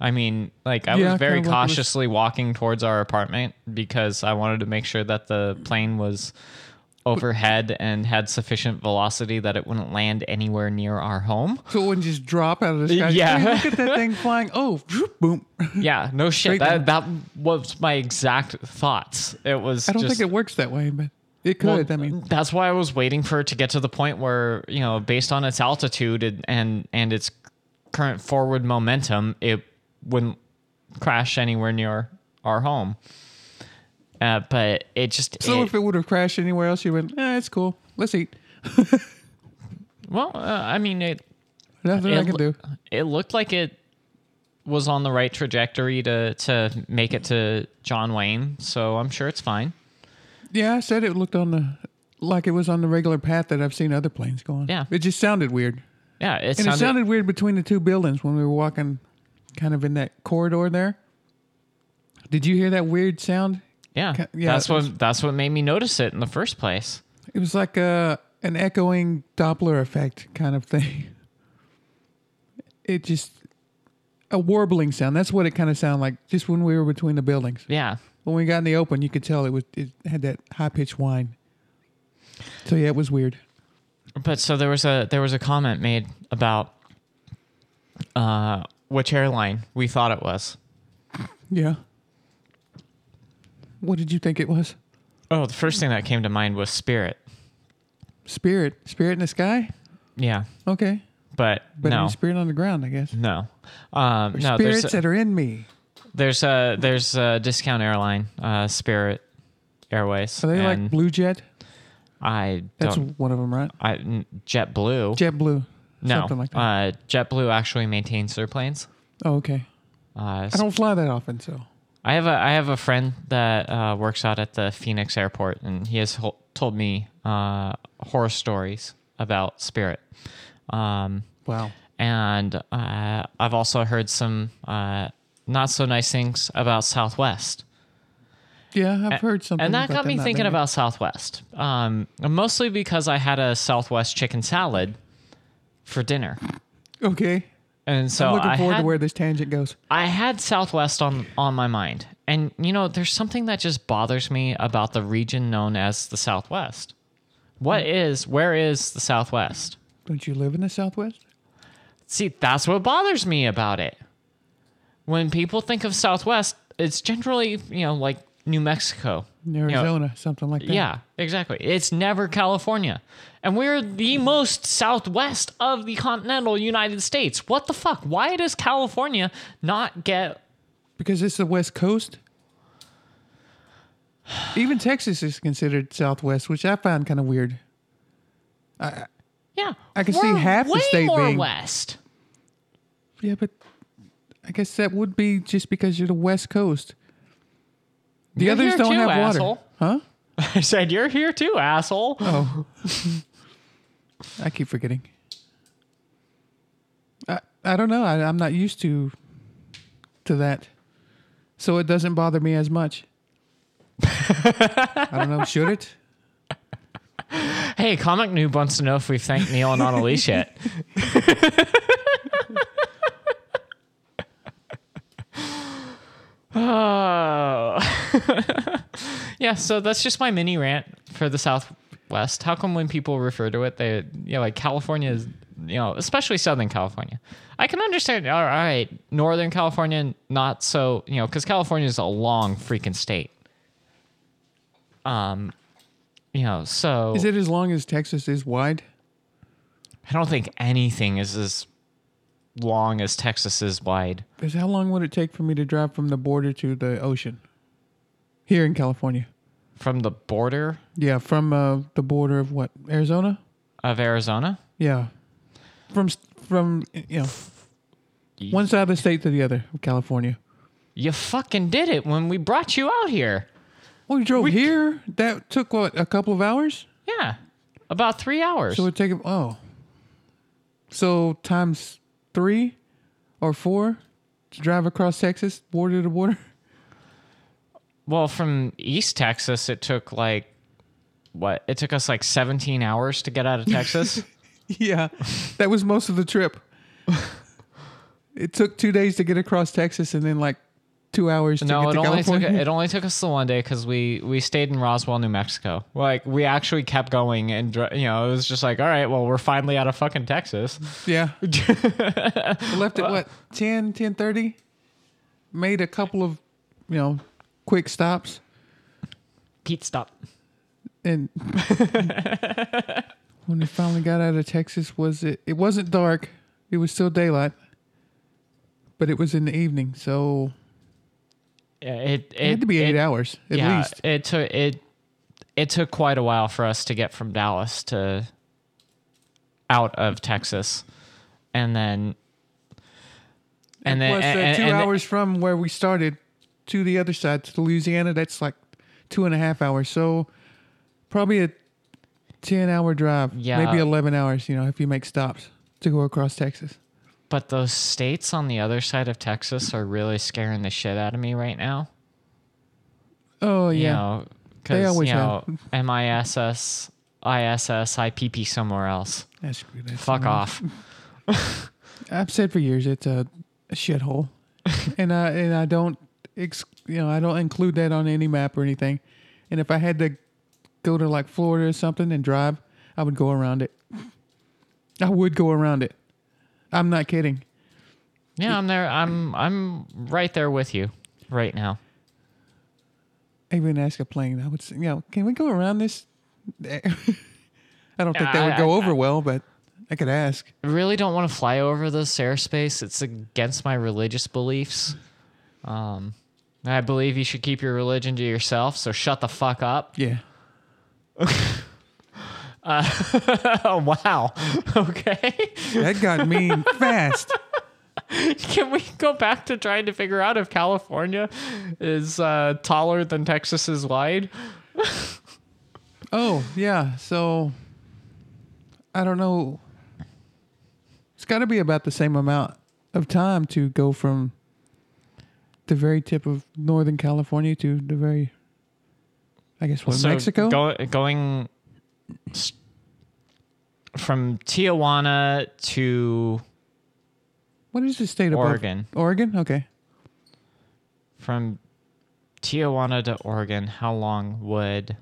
Speaker 2: I mean, like I
Speaker 3: Yeah,
Speaker 2: was very
Speaker 3: kinda like it was-
Speaker 2: cautiously walking towards our apartment because I wanted to make sure that the plane was overhead and had sufficient velocity that it wouldn't land anywhere near our home.
Speaker 3: So it wouldn't just drop out of the sky.
Speaker 2: Yeah.
Speaker 3: Hey, look at that thing flying. Oh, boom.
Speaker 2: Yeah, no shit.
Speaker 3: Straight
Speaker 2: That that was my exact thoughts. It was
Speaker 3: I don't
Speaker 2: just,
Speaker 3: think it works that way, but it
Speaker 2: Well, mm,
Speaker 3: could. I mean,
Speaker 2: that's why I was waiting for it to get to the point where you know, based on its altitude and and, and its current forward momentum, it wouldn't crash anywhere near our home. Uh, but it just
Speaker 3: so
Speaker 2: it-
Speaker 3: if it would have crashed anywhere else, you went, eh, it's cool. Let's eat.
Speaker 2: well, uh, I mean, it
Speaker 3: Nothing I
Speaker 2: it
Speaker 3: can
Speaker 2: loo-
Speaker 3: do.
Speaker 2: It looked like it was on the right trajectory to to make it to John Wayne, so I'm sure it's fine.
Speaker 3: Yeah, I said it looked on the like it was on the regular path that I've seen other planes go on.
Speaker 2: Yeah.
Speaker 3: It just sounded weird.
Speaker 2: Yeah, it
Speaker 3: And
Speaker 2: sounded,
Speaker 3: it sounded weird between the two buildings when we were walking kind of in that corridor there. Did you hear that weird sound?
Speaker 2: yeah,
Speaker 3: ca- yeah,
Speaker 2: That's
Speaker 3: it was-
Speaker 2: what that's what made me notice it in the first place.
Speaker 3: It was like a an echoing Doppler effect kind of thing. It just a warbling sound. That's what it kind of sounded like just when we were between the buildings.
Speaker 2: Yeah,
Speaker 3: When we got in the open, you could tell it was it had that high pitched whine. So yeah, it was weird.
Speaker 2: but so there was a there was a comment made about uh, which airline we thought it was.
Speaker 3: Yeah. What did you think it was?
Speaker 2: Oh, the first thing that came to mind was Spirit.
Speaker 3: Spirit. Spirit in the sky?
Speaker 2: Yeah,
Speaker 3: Okay.
Speaker 2: but,
Speaker 3: But
Speaker 2: no,
Speaker 3: no. spirit on the ground, I guess.
Speaker 2: no, um, no. there's
Speaker 3: Spirits that are in me.
Speaker 2: There's a there's a discount airline, uh, Spirit Airways.
Speaker 3: Are they like
Speaker 2: and
Speaker 3: Blue Jet?
Speaker 2: I
Speaker 3: That's
Speaker 2: don't.
Speaker 3: one of them, right?
Speaker 2: I n- JetBlue.
Speaker 3: Jet Blue.
Speaker 2: no,
Speaker 3: Something like that.
Speaker 2: Uh, JetBlue actually maintains their planes.
Speaker 3: oh, okay.
Speaker 2: Uh,
Speaker 3: I
Speaker 2: s-
Speaker 3: don't fly that often, so.
Speaker 2: I have a I have a friend that uh, works out at the Phoenix airport, and he has ho- told me uh, horror stories about Spirit. Um,
Speaker 3: Wow.
Speaker 2: and uh, I've also heard some uh, not so nice things about Southwest.
Speaker 3: Yeah, I've heard something.
Speaker 2: and that
Speaker 3: about
Speaker 2: got me
Speaker 3: not
Speaker 2: thinking
Speaker 3: being-
Speaker 2: about Southwest, um, mostly because I had a Southwest chicken salad for dinner,
Speaker 3: Okay.
Speaker 2: and so
Speaker 3: I'm looking
Speaker 2: I
Speaker 3: forward
Speaker 2: had,
Speaker 3: to where this tangent goes.
Speaker 2: I had Southwest on on my mind. And you know, there's something that just bothers me about the region known as the Southwest. What is where is the Southwest?
Speaker 3: Don't you live in the Southwest?
Speaker 2: See, that's what bothers me about it. When people think of Southwest, it's generally, you know, like New Mexico.
Speaker 3: Arizona, something like that.
Speaker 2: Yeah, exactly. It's never California. And we're the most southwest of the continental United States. What the fuck? Why does California not get
Speaker 3: Because it's the West Coast. Even Texas is considered Southwest, which I find kind of weird.
Speaker 2: Yeah.
Speaker 3: I can see
Speaker 2: we're
Speaker 3: half the
Speaker 2: way
Speaker 3: state
Speaker 2: more
Speaker 3: being-
Speaker 2: west.
Speaker 3: Yeah, but I guess that would be just because you're the West Coast. The
Speaker 2: You're
Speaker 3: others
Speaker 2: here
Speaker 3: don't
Speaker 2: too,
Speaker 3: have water.
Speaker 2: asshole.
Speaker 3: Huh?
Speaker 2: I said you're here too, asshole.
Speaker 3: Oh. I keep forgetting. I, I don't know. I, I'm not used to to that. So it doesn't bother me as much. I don't know. Should it?
Speaker 2: Hey, Comic Noob wants to know if we've thanked Neil and Annalise yet. oh. yeah, so that's just my mini rant for the Southwest. How come when people refer to it, they, you know, like California is, you know, especially Southern California. I can understand, all right, Northern California, not so, you know, because California is a long freaking state. Um, you know, so
Speaker 3: Is it as long as Texas is wide?
Speaker 2: I don't think anything is as long as Texas is wide.
Speaker 3: Because how long would it take for me to drive from the border to the ocean? Here in California.
Speaker 2: From the border
Speaker 3: Yeah, from uh, the border of what? Arizona?
Speaker 2: of Arizona,
Speaker 3: Yeah. From s- from you know one side of the state to the other of California.
Speaker 2: you fucking did it when we brought you out here.
Speaker 3: Well, we Oh, drove here. That took what a couple of hours.
Speaker 2: Yeah, about three hours.
Speaker 3: So it take oh. So times three or four to drive across Texas, border to border.
Speaker 2: well, from East Texas, it took like what? It took us like 17 hours to get out of Texas.
Speaker 3: Yeah, that was most of the trip. it took two days to get across Texas, and then like two hours to
Speaker 2: no,
Speaker 3: get
Speaker 2: it
Speaker 3: to
Speaker 2: only took
Speaker 3: California.
Speaker 2: it only took us the one day because we we stayed in Roswell, New Mexico. Like we actually kept going, and dr- you know, it was just like, all right, well, we're finally out of fucking Texas.
Speaker 3: yeah, We left at what 10, 10.30? Made a couple of you know quick stops,
Speaker 2: Pete, stop.
Speaker 3: and when we finally got out of Texas, was it? It wasn't dark. It was still daylight, but it was in the evening, so
Speaker 2: Yeah, it, it
Speaker 3: it, had to be eight
Speaker 2: it-
Speaker 3: hours at
Speaker 2: yeah,
Speaker 3: least.
Speaker 2: It took it it took quite a while for us to get from Dallas to out of Texas, and then and then
Speaker 3: Plus,
Speaker 2: and,
Speaker 3: uh, two
Speaker 2: and-
Speaker 3: hours from where we started to the other side to Louisiana, that's like two and a half hours. So probably a ten hour drive,
Speaker 2: Yeah.
Speaker 3: maybe eleven hours. You know, if you make stops to go across Texas.
Speaker 2: But those states on the other side of Texas are really scaring the shit out of me right now.
Speaker 3: Oh
Speaker 2: You
Speaker 3: yeah,
Speaker 2: know,
Speaker 3: They
Speaker 2: because
Speaker 3: always
Speaker 2: you know, MISS, ISS, IPP somewhere else.
Speaker 3: that's good. That's-
Speaker 2: Fuck off.
Speaker 3: I've said for years it's a, a shithole, and I and I don't ex, you know I don't include that on any map or anything. And if I had to go to like Florida or something and drive, I would go around it. I would go around it. I'm not kidding.
Speaker 2: Yeah, I'm there. I'm I'm right there with you right now.
Speaker 3: even ask a plane, I would say, you know, can we go around this? I don't think that
Speaker 2: I-
Speaker 3: would go over well, but I could ask.
Speaker 2: I really don't want to fly over this airspace. It's against my religious beliefs. Um, I believe you should keep your religion to yourself, so shut the fuck up.
Speaker 3: Yeah.
Speaker 2: Oh, wow. Okay.
Speaker 3: That got mean fast.
Speaker 2: Can we go back to trying to figure out if California is uh, taller than Texas is wide?
Speaker 3: Oh, yeah. So I don't know. It's got to be about the same amount of time to go from the very tip of Northern California to the very, I guess, what,
Speaker 2: So
Speaker 3: Mexico?
Speaker 2: Go, going s- from Tijuana to
Speaker 3: what is the state above?
Speaker 2: Oregon.
Speaker 3: Oregon? Okay.
Speaker 2: from Tijuana to Oregon, how long would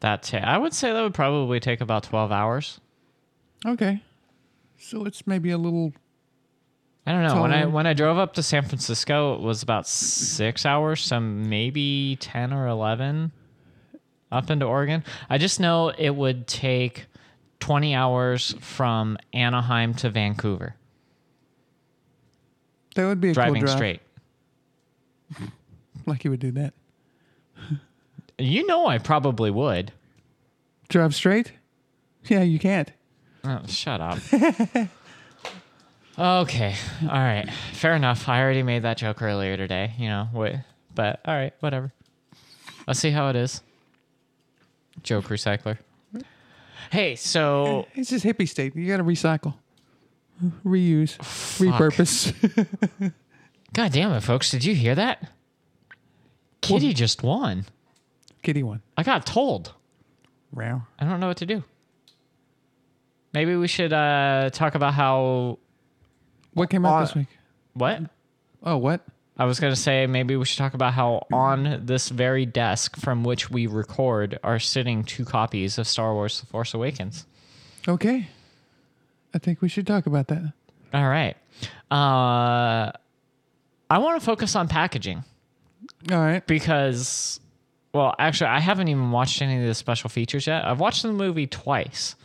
Speaker 2: that take? I would say that would probably take about 12 hours.
Speaker 3: Okay. So it's maybe a little
Speaker 2: I don't know. When I
Speaker 3: Totally.
Speaker 2: when I drove up to San Francisco, it was about six hours, so maybe ten or eleven up into Oregon. I just know it would take twenty hours from Anaheim to Vancouver,
Speaker 3: That would be a
Speaker 2: driving
Speaker 3: cool drive.
Speaker 2: straight.
Speaker 3: Like you would do that.
Speaker 2: You know, I probably would.
Speaker 3: Drive straight? Yeah, you can't.
Speaker 2: Oh, shut up. okay. All right. Fair enough. I already made that joke earlier today, you know, wait, but all right, whatever. Let's see how it is. Joke recycler. Hey, so
Speaker 3: It's just hippie state. You got to recycle, reuse, repurpose.
Speaker 2: god damn it, folks, did you hear that? Kitty just won.
Speaker 3: Kitty one.
Speaker 2: I got told.
Speaker 3: Row.
Speaker 2: I don't know what to do. Maybe we should uh talk about how
Speaker 3: What came out this week?
Speaker 2: what?
Speaker 3: Oh, what?
Speaker 2: I was going to say maybe we should talk about how on this very desk from which we record are sitting two copies of Star Wars The Force Awakens.
Speaker 3: Okay. I think we should talk about that.
Speaker 2: All right. Uh, I want to focus on packaging
Speaker 3: All right.
Speaker 2: because, well, actually, I haven't even watched any of the special features yet. I've watched the movie twice,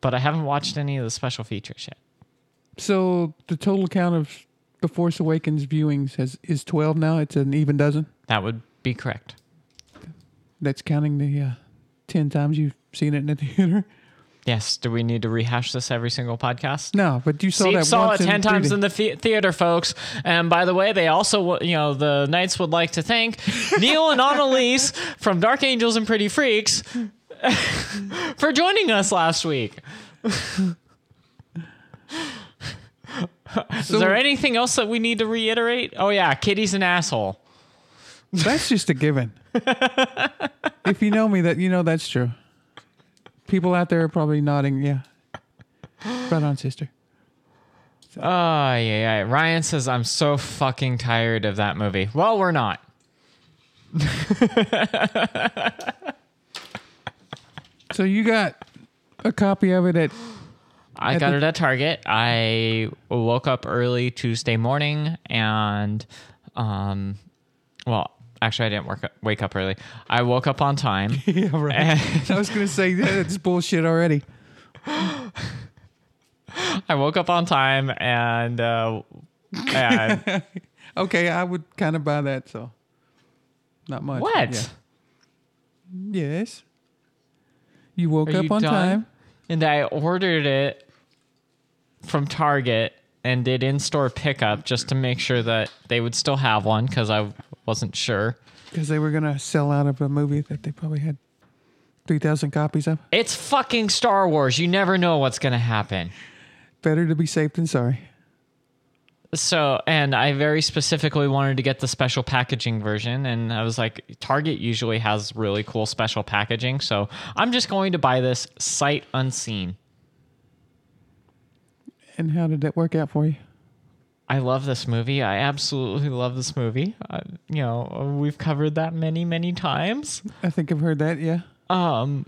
Speaker 2: but I haven't watched any of the special features yet.
Speaker 3: So the total count of the Force Awakens viewings has is twelve now. It's an even dozen.
Speaker 2: That would be correct.
Speaker 3: That's counting the uh, ten times you've seen it in the theater.
Speaker 2: Yes. Do we need to rehash this every single podcast?
Speaker 3: No, but you saw
Speaker 2: Steve
Speaker 3: that
Speaker 2: saw it
Speaker 3: once in
Speaker 2: 10 times
Speaker 3: 3D.
Speaker 2: in the the theater, folks. And by the way, they also, you know, the Knights would like to thank Neil and Annalise from Dark Angels and Pretty Freaks for joining us last week.
Speaker 3: So
Speaker 2: Is there anything else that we need to reiterate? Oh, yeah, Kitty's an asshole.
Speaker 3: that's just a given. if you know me, that you know that's true. People out there are probably nodding. Yeah. Right on, sister.
Speaker 2: Oh, yeah, yeah. Ryan says, I'm so fucking tired of that movie. Well, we're not.
Speaker 3: So you got a copy of it at
Speaker 2: I
Speaker 3: At
Speaker 2: got
Speaker 3: the-
Speaker 2: it at Target. I woke up early Tuesday morning and, um, well, actually, I didn't work up, wake up early. I woke up on time.
Speaker 3: yeah right. I was gonna say that's bullshit already.
Speaker 2: I woke up on time and, uh, and
Speaker 3: Okay, I would kind of buy that. So not much. but
Speaker 2: what?
Speaker 3: yeah. Yes. You woke
Speaker 2: Are
Speaker 3: up
Speaker 2: you
Speaker 3: on
Speaker 2: done?
Speaker 3: time.
Speaker 2: And I ordered it from Target and did in store pickup just to make sure that they would still have one because I wasn't sure.
Speaker 3: Because they were gonna sell out of a movie that they probably had three thousand copies of.
Speaker 2: It's fucking Star Wars. You never know what's going to happen.
Speaker 3: Better to be safe than sorry.
Speaker 2: So, and I very specifically wanted to get the special packaging version. And I was like, Target usually has really cool special packaging. So I'm just going to buy this sight unseen.
Speaker 3: And how did that work out for you?
Speaker 2: I love this movie. I absolutely love this movie. Uh, you know, we've covered that many, many times.
Speaker 3: I think I've heard that. Yeah.
Speaker 2: Um,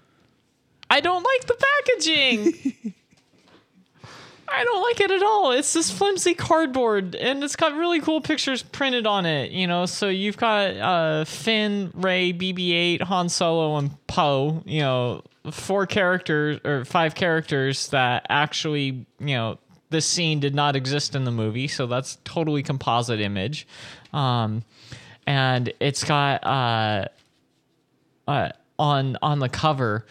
Speaker 2: I don't like the packaging. I don't like it at all. It's this flimsy cardboard, and it's got really cool pictures printed on it. You know, so you've got uh, Finn, Ray, BB-8, Han Solo, and Poe. You know, four characters or five characters that actually, you know, this scene did not exist in the movie. So that's totally composite image, um, and it's got. Uh, uh, on on the cover,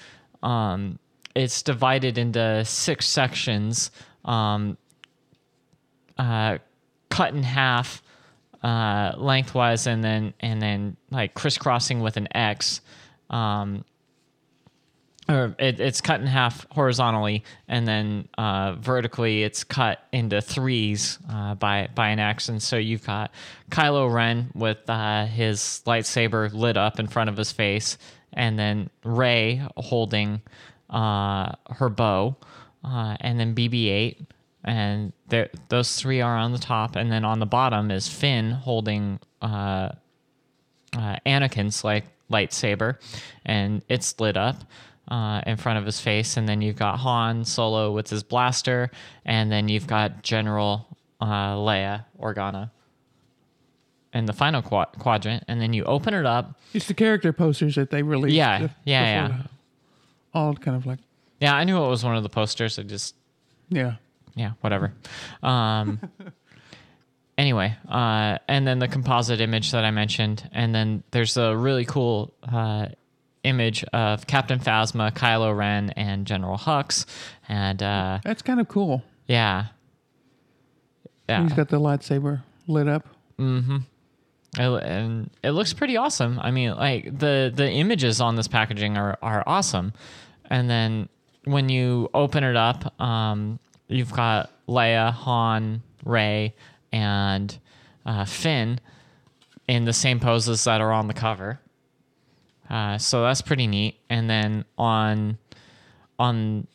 Speaker 2: um, it's divided into six sections, um, uh, cut in half uh, lengthwise, and then and then like crisscrossing with an X. Um, or it, it's cut in half horizontally, and then uh, vertically, it's cut into threes uh, by by an X. And so you've got Kylo Ren with uh, his lightsaber lit up in front of his face, and then Rey holding uh, her bow, uh, and then BB-8, and there- those three are on the top, and then on the bottom is Finn holding. Uh, uh, Anakin's like lightsaber, and it's lit up uh, in front of his face. And then you've got Han Solo with his blaster, and then you've got General uh, Leia Organa in the final qua- quadrant, and then you open it up.
Speaker 3: It's the character posters that they released.
Speaker 2: Yeah,
Speaker 3: bef-
Speaker 2: yeah,
Speaker 3: before
Speaker 2: yeah.
Speaker 3: the- all kind of like,
Speaker 2: Yeah, I knew it was one of the posters. I just
Speaker 3: yeah.
Speaker 2: yeah, whatever. Um, anyway, uh, and then the composite image that I mentioned, and then there's a really cool uh, image of Captain Phasma, Kylo Ren, and General Hux, and uh,
Speaker 3: That's kind of cool.
Speaker 2: yeah, yeah,
Speaker 3: He's got the lightsaber lit up.
Speaker 2: It- and it looks pretty awesome. I mean, like the the images on this packaging are are awesome. And then when you open it up, um, you've got Leia, Han, Ray, and uh, Finn in the same poses that are on the cover. Uh, so that's pretty neat. And then on on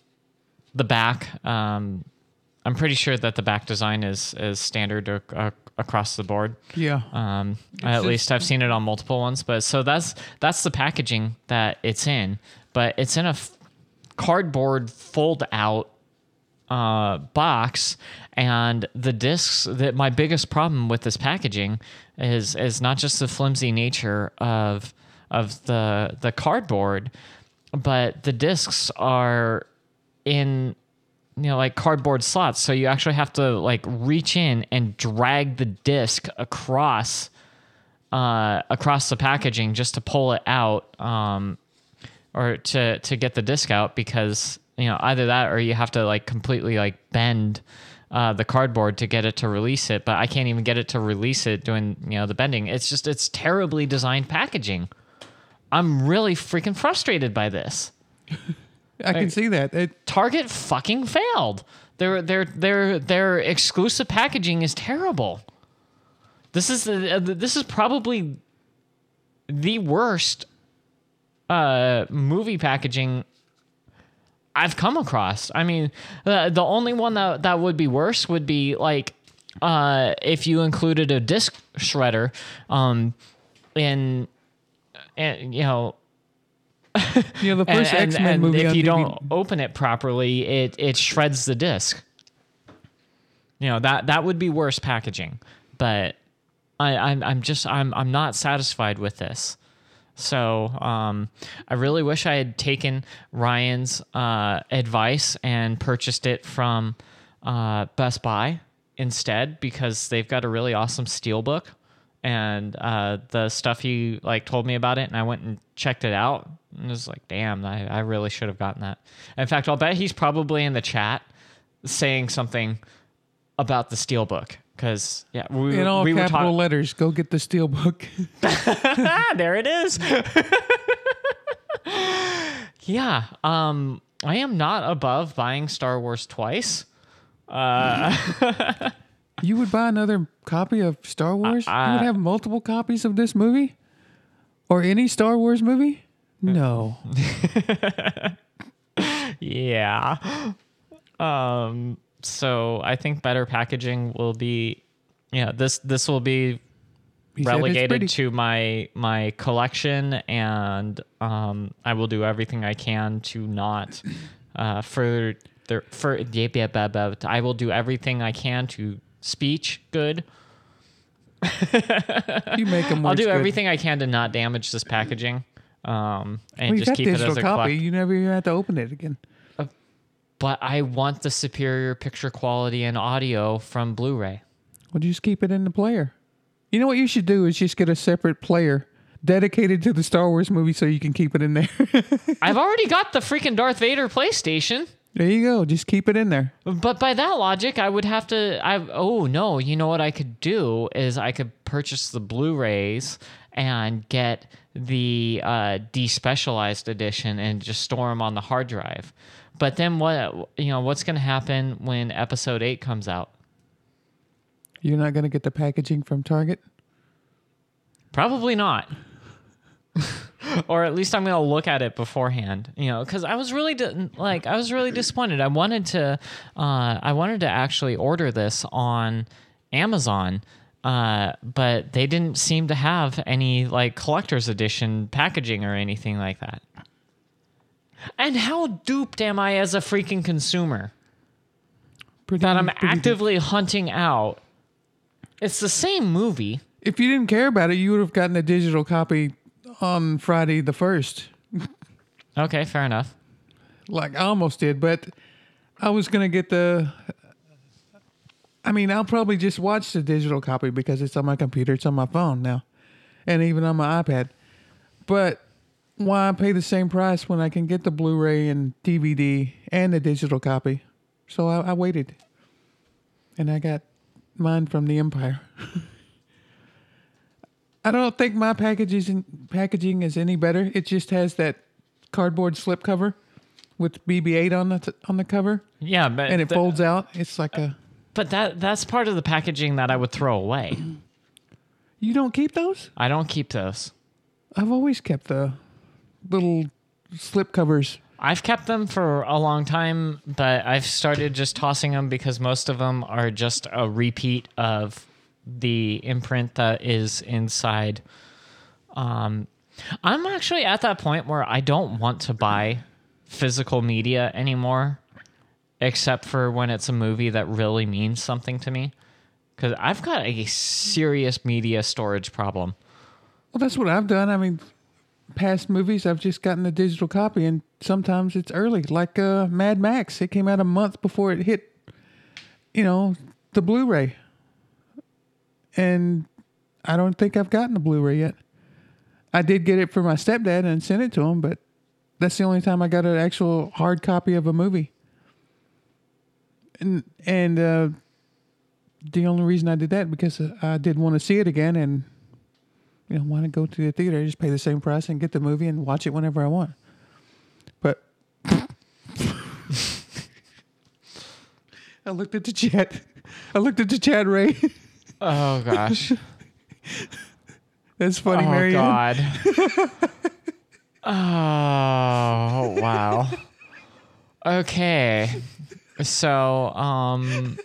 Speaker 2: the back, um, I'm pretty sure that the back design is is standard ac- ac- across the board.
Speaker 3: Yeah.
Speaker 2: Um, at
Speaker 3: just-
Speaker 2: least I've seen it on multiple ones. But so that's that's the packaging that it's in, but it's in a f- cardboard fold out uh, box, and the discs. That my biggest problem with this packaging is is not just the flimsy nature of of the the cardboard, but the discs are in you know like cardboard slots so you actually have to like reach in and drag the disc across uh across the packaging just to pull it out um or to to get the disc out because you know either that or you have to like completely like bend uh, the cardboard to get it to release it but i can't even get it to release it doing you know the bending it's just it's terribly designed packaging i'm really freaking frustrated by this
Speaker 3: I can see that. It,
Speaker 2: Target fucking failed. Their their their their exclusive packaging is terrible. This is the, uh, this is probably the worst uh, movie packaging I've come across. I mean, the the only one that that would be worse would be like uh, if you included a disc shredder um, in, in you know
Speaker 3: you know, the first X Men movie
Speaker 2: if
Speaker 3: on
Speaker 2: you
Speaker 3: DVD
Speaker 2: don't open it properly, it it shreds the disc. You know that that would be worse packaging, but I, I'm I'm just I'm I'm not satisfied with this. So um, I really wish I had taken Ryan's uh, advice and purchased it from uh, Best Buy instead because they've got a really awesome steelbook and uh, the stuff he like told me about it and I went and checked it out and was like, damn, I, I really should have gotten that. In fact, I'll bet he's probably in the chat saying something about the steelbook because yeah, we,
Speaker 3: in all
Speaker 2: we were
Speaker 3: capital
Speaker 2: talking.
Speaker 3: letters. Go get the steel book.
Speaker 2: Ah, there it is. yeah. Um, I am not above buying Star Wars twice.
Speaker 3: you would buy another copy of Star Wars? you would have multiple copies of this movie? Or any Star Wars movie?
Speaker 2: Hmm.
Speaker 3: No.
Speaker 2: Yeah. Um, so I think better packaging will be yeah, this this will be
Speaker 3: He said it's
Speaker 2: relegated
Speaker 3: pretty.
Speaker 2: to my my collection and um I will do everything I can to not uh further for yeah, yeah, yeah, yeah, I will do everything I can to speech good
Speaker 3: You make them.
Speaker 2: I'll do everything I can to not damage this packaging, um, and
Speaker 3: Well, you
Speaker 2: just
Speaker 3: got
Speaker 2: keep it
Speaker 3: digital
Speaker 2: as a
Speaker 3: copy.
Speaker 2: collect.
Speaker 3: You never even have to open it again.
Speaker 2: But I want the superior picture quality and audio from Blu-ray.
Speaker 3: Well, just keep it in the player. You know what you should do is just get a separate player dedicated to the Star Wars movie so you can keep it in there.
Speaker 2: I've already got the freaking Darth Vader PlayStation.
Speaker 3: there you go. Just keep it in there.
Speaker 2: But by that logic, I would have to. I oh no, you know what I could do is I could purchase the Blu-rays and get the uh, despecialized edition and just store them on the hard drive. But then what? You know what's going to happen when Episode Eight comes out?
Speaker 3: You're not going to get the packaging from Target.
Speaker 2: Probably not. or at least I'm going to look at it beforehand, you know, cuz I was really di- like I was really disappointed. I wanted to uh I wanted to actually order this on Amazon. Uh, but they didn't seem to have any like collector's edition packaging or anything like that. And how duped am I as a freaking consumer?
Speaker 3: Pretty,
Speaker 2: that I'm
Speaker 3: pretty-
Speaker 2: actively hunting out. It's the same movie.
Speaker 3: If you didn't care about it, you would have gotten a digital copy on Friday the first.
Speaker 2: Okay, fair enough.
Speaker 3: Like I almost did, but I was gonna get the. I mean, I'll probably just watch the digital copy because it's on my computer, it's on my phone now, and even on my iPad. But why pay the same price when I can get the Blu-ray and DVD and the digital copy? So I, I waited, and I got mine from the Empire. I don't think my package is in, packaging is any better. It just has that cardboard slipcover with BB-8 on the t- on the cover,
Speaker 2: Yeah, but
Speaker 3: and it
Speaker 2: th-
Speaker 3: folds out. It's like a
Speaker 2: But that that's part of the packaging that I would throw away.
Speaker 3: you don't keep those.
Speaker 2: I don't keep those.
Speaker 3: I've always kept the little slip covers.
Speaker 2: I've kept them for a long time, but I've started just tossing them because most of them are just a repeat of the imprint that is inside. Um, I'm actually at that point where I don't want to buy physical media anymore, except for when it's a movie that really means something to me. Because I've got a serious media storage problem.
Speaker 3: Well, that's what I've done. I mean, past movies, I've just gotten the digital copy, and sometimes it's early, like uh, Mad Max. It came out a month before it hit, you know, the Blu-ray, and I don't think I've gotten the Blu-ray yet. I did get it for my stepdad and sent it to him, but that's the only time I got an actual hard copy of a movie. And and uh, the only reason I did that because uh, I did want to see it again, and you know, want to go to the theater, just pay the same price and get the movie and watch it whenever I want. But I looked at the chat. I looked at the chat, Ray.
Speaker 2: Oh, gosh.
Speaker 3: That's funny,
Speaker 2: oh
Speaker 3: Mary.
Speaker 2: God. oh wow. Okay. So um.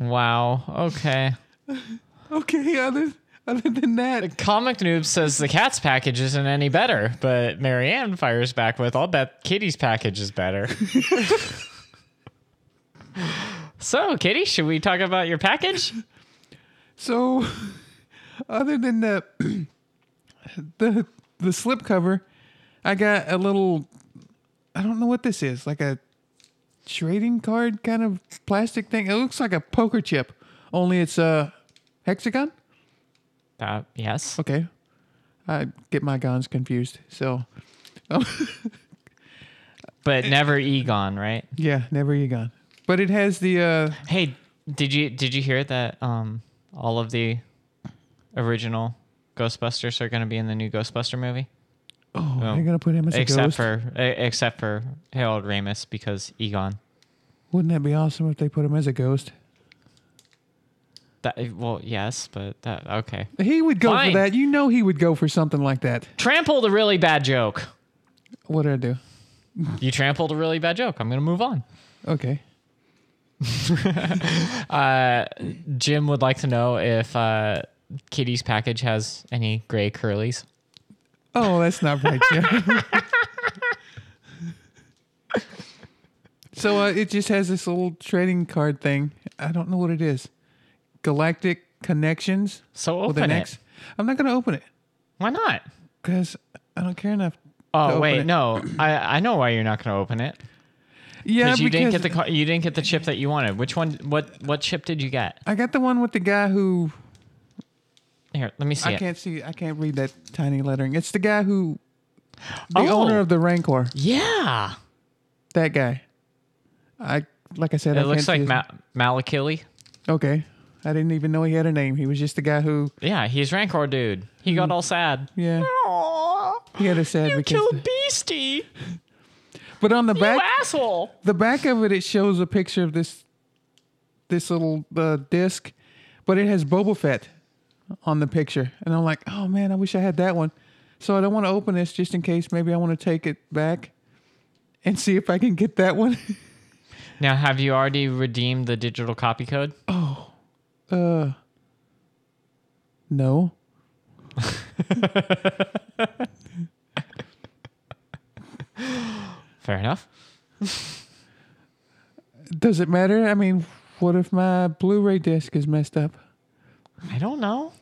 Speaker 2: Wow. Okay.
Speaker 3: Okay, other other than that,
Speaker 2: Comic Noob says the cat's package isn't any better, but Marianne fires back with, "I'll bet Kitty's package is better." so, Kitty, should we talk about your package?
Speaker 3: so other than the the the slip cover, I got a little I don't know what this is, like a trading card kind of plastic thing. It looks like a poker chip, only it's a hexagon.
Speaker 2: Uh, yes.
Speaker 3: Okay. I get my guns confused. So,
Speaker 2: But never Egon, right?
Speaker 3: yeah, never you gone. But it has the uh
Speaker 2: Hey, did you did you hear that um all of the original Ghostbusters are going to be in the new Ghostbuster movie?
Speaker 3: oh, they're going to put him as a
Speaker 2: Except
Speaker 3: ghost.
Speaker 2: for e- except for Harold Ramis because Egon.
Speaker 3: Wouldn't that be awesome if they put him as a ghost?
Speaker 2: That eh, well, yes, but that okay.
Speaker 3: He would go
Speaker 2: Fine.
Speaker 3: for that. You know he would go for something like that.
Speaker 2: Trampled a really bad joke.
Speaker 3: What did I do?
Speaker 2: You trampled a really bad joke. I'm going to move on.
Speaker 3: Okay.
Speaker 2: Jim would like to know if uh Kitty's package has any gray curlies.
Speaker 3: Oh, that's not right. Jeff. so uh, it just has this little trading card thing. I don't know what it is. Galactic Connections.
Speaker 2: So
Speaker 3: with
Speaker 2: open
Speaker 3: an
Speaker 2: it.
Speaker 3: X. I'm not going to open it
Speaker 2: Why not?
Speaker 3: because I don't care enough. to
Speaker 2: Oh
Speaker 3: open
Speaker 2: wait,
Speaker 3: it.
Speaker 2: no. I I know why you're not going to open it.
Speaker 3: Yeah,
Speaker 2: Because
Speaker 3: because
Speaker 2: you didn't get the car, you didn't get the chip that you wanted. Which one? What what chip did you get?
Speaker 3: I got the one with the guy who
Speaker 2: Here, let me see.
Speaker 3: I
Speaker 2: it.
Speaker 3: can't see. I can't read that tiny lettering. It's the guy who, the
Speaker 2: Oh.
Speaker 3: owner of the Rancor.
Speaker 2: Yeah,
Speaker 3: That guy. I like I said.
Speaker 2: it
Speaker 3: I
Speaker 2: looks like
Speaker 3: can't see
Speaker 2: Ma- Malakili.
Speaker 3: his- okay. I didn't even know he had a name. He was just the guy who.
Speaker 2: Yeah, he's Rancor dude. He got all sad.
Speaker 3: Yeah,
Speaker 2: Aww,
Speaker 3: he had a sad
Speaker 2: you
Speaker 3: because.
Speaker 2: killed Beastie,
Speaker 3: but on the
Speaker 2: you
Speaker 3: back,
Speaker 2: asshole.
Speaker 3: the back of it, it shows a picture of this, this little uh, disc, but it has Boba Fett on the picture, and I'm like, oh man, I wish I had that one. So I don't want to open this just in case. Maybe I want to take it back, and see if I can get that one.
Speaker 2: Now, have you already redeemed the digital copy code?
Speaker 3: Uh, no.
Speaker 2: Fair enough.
Speaker 3: Does it matter? I mean, what if my Blu-ray disc is messed up?
Speaker 2: I don't know.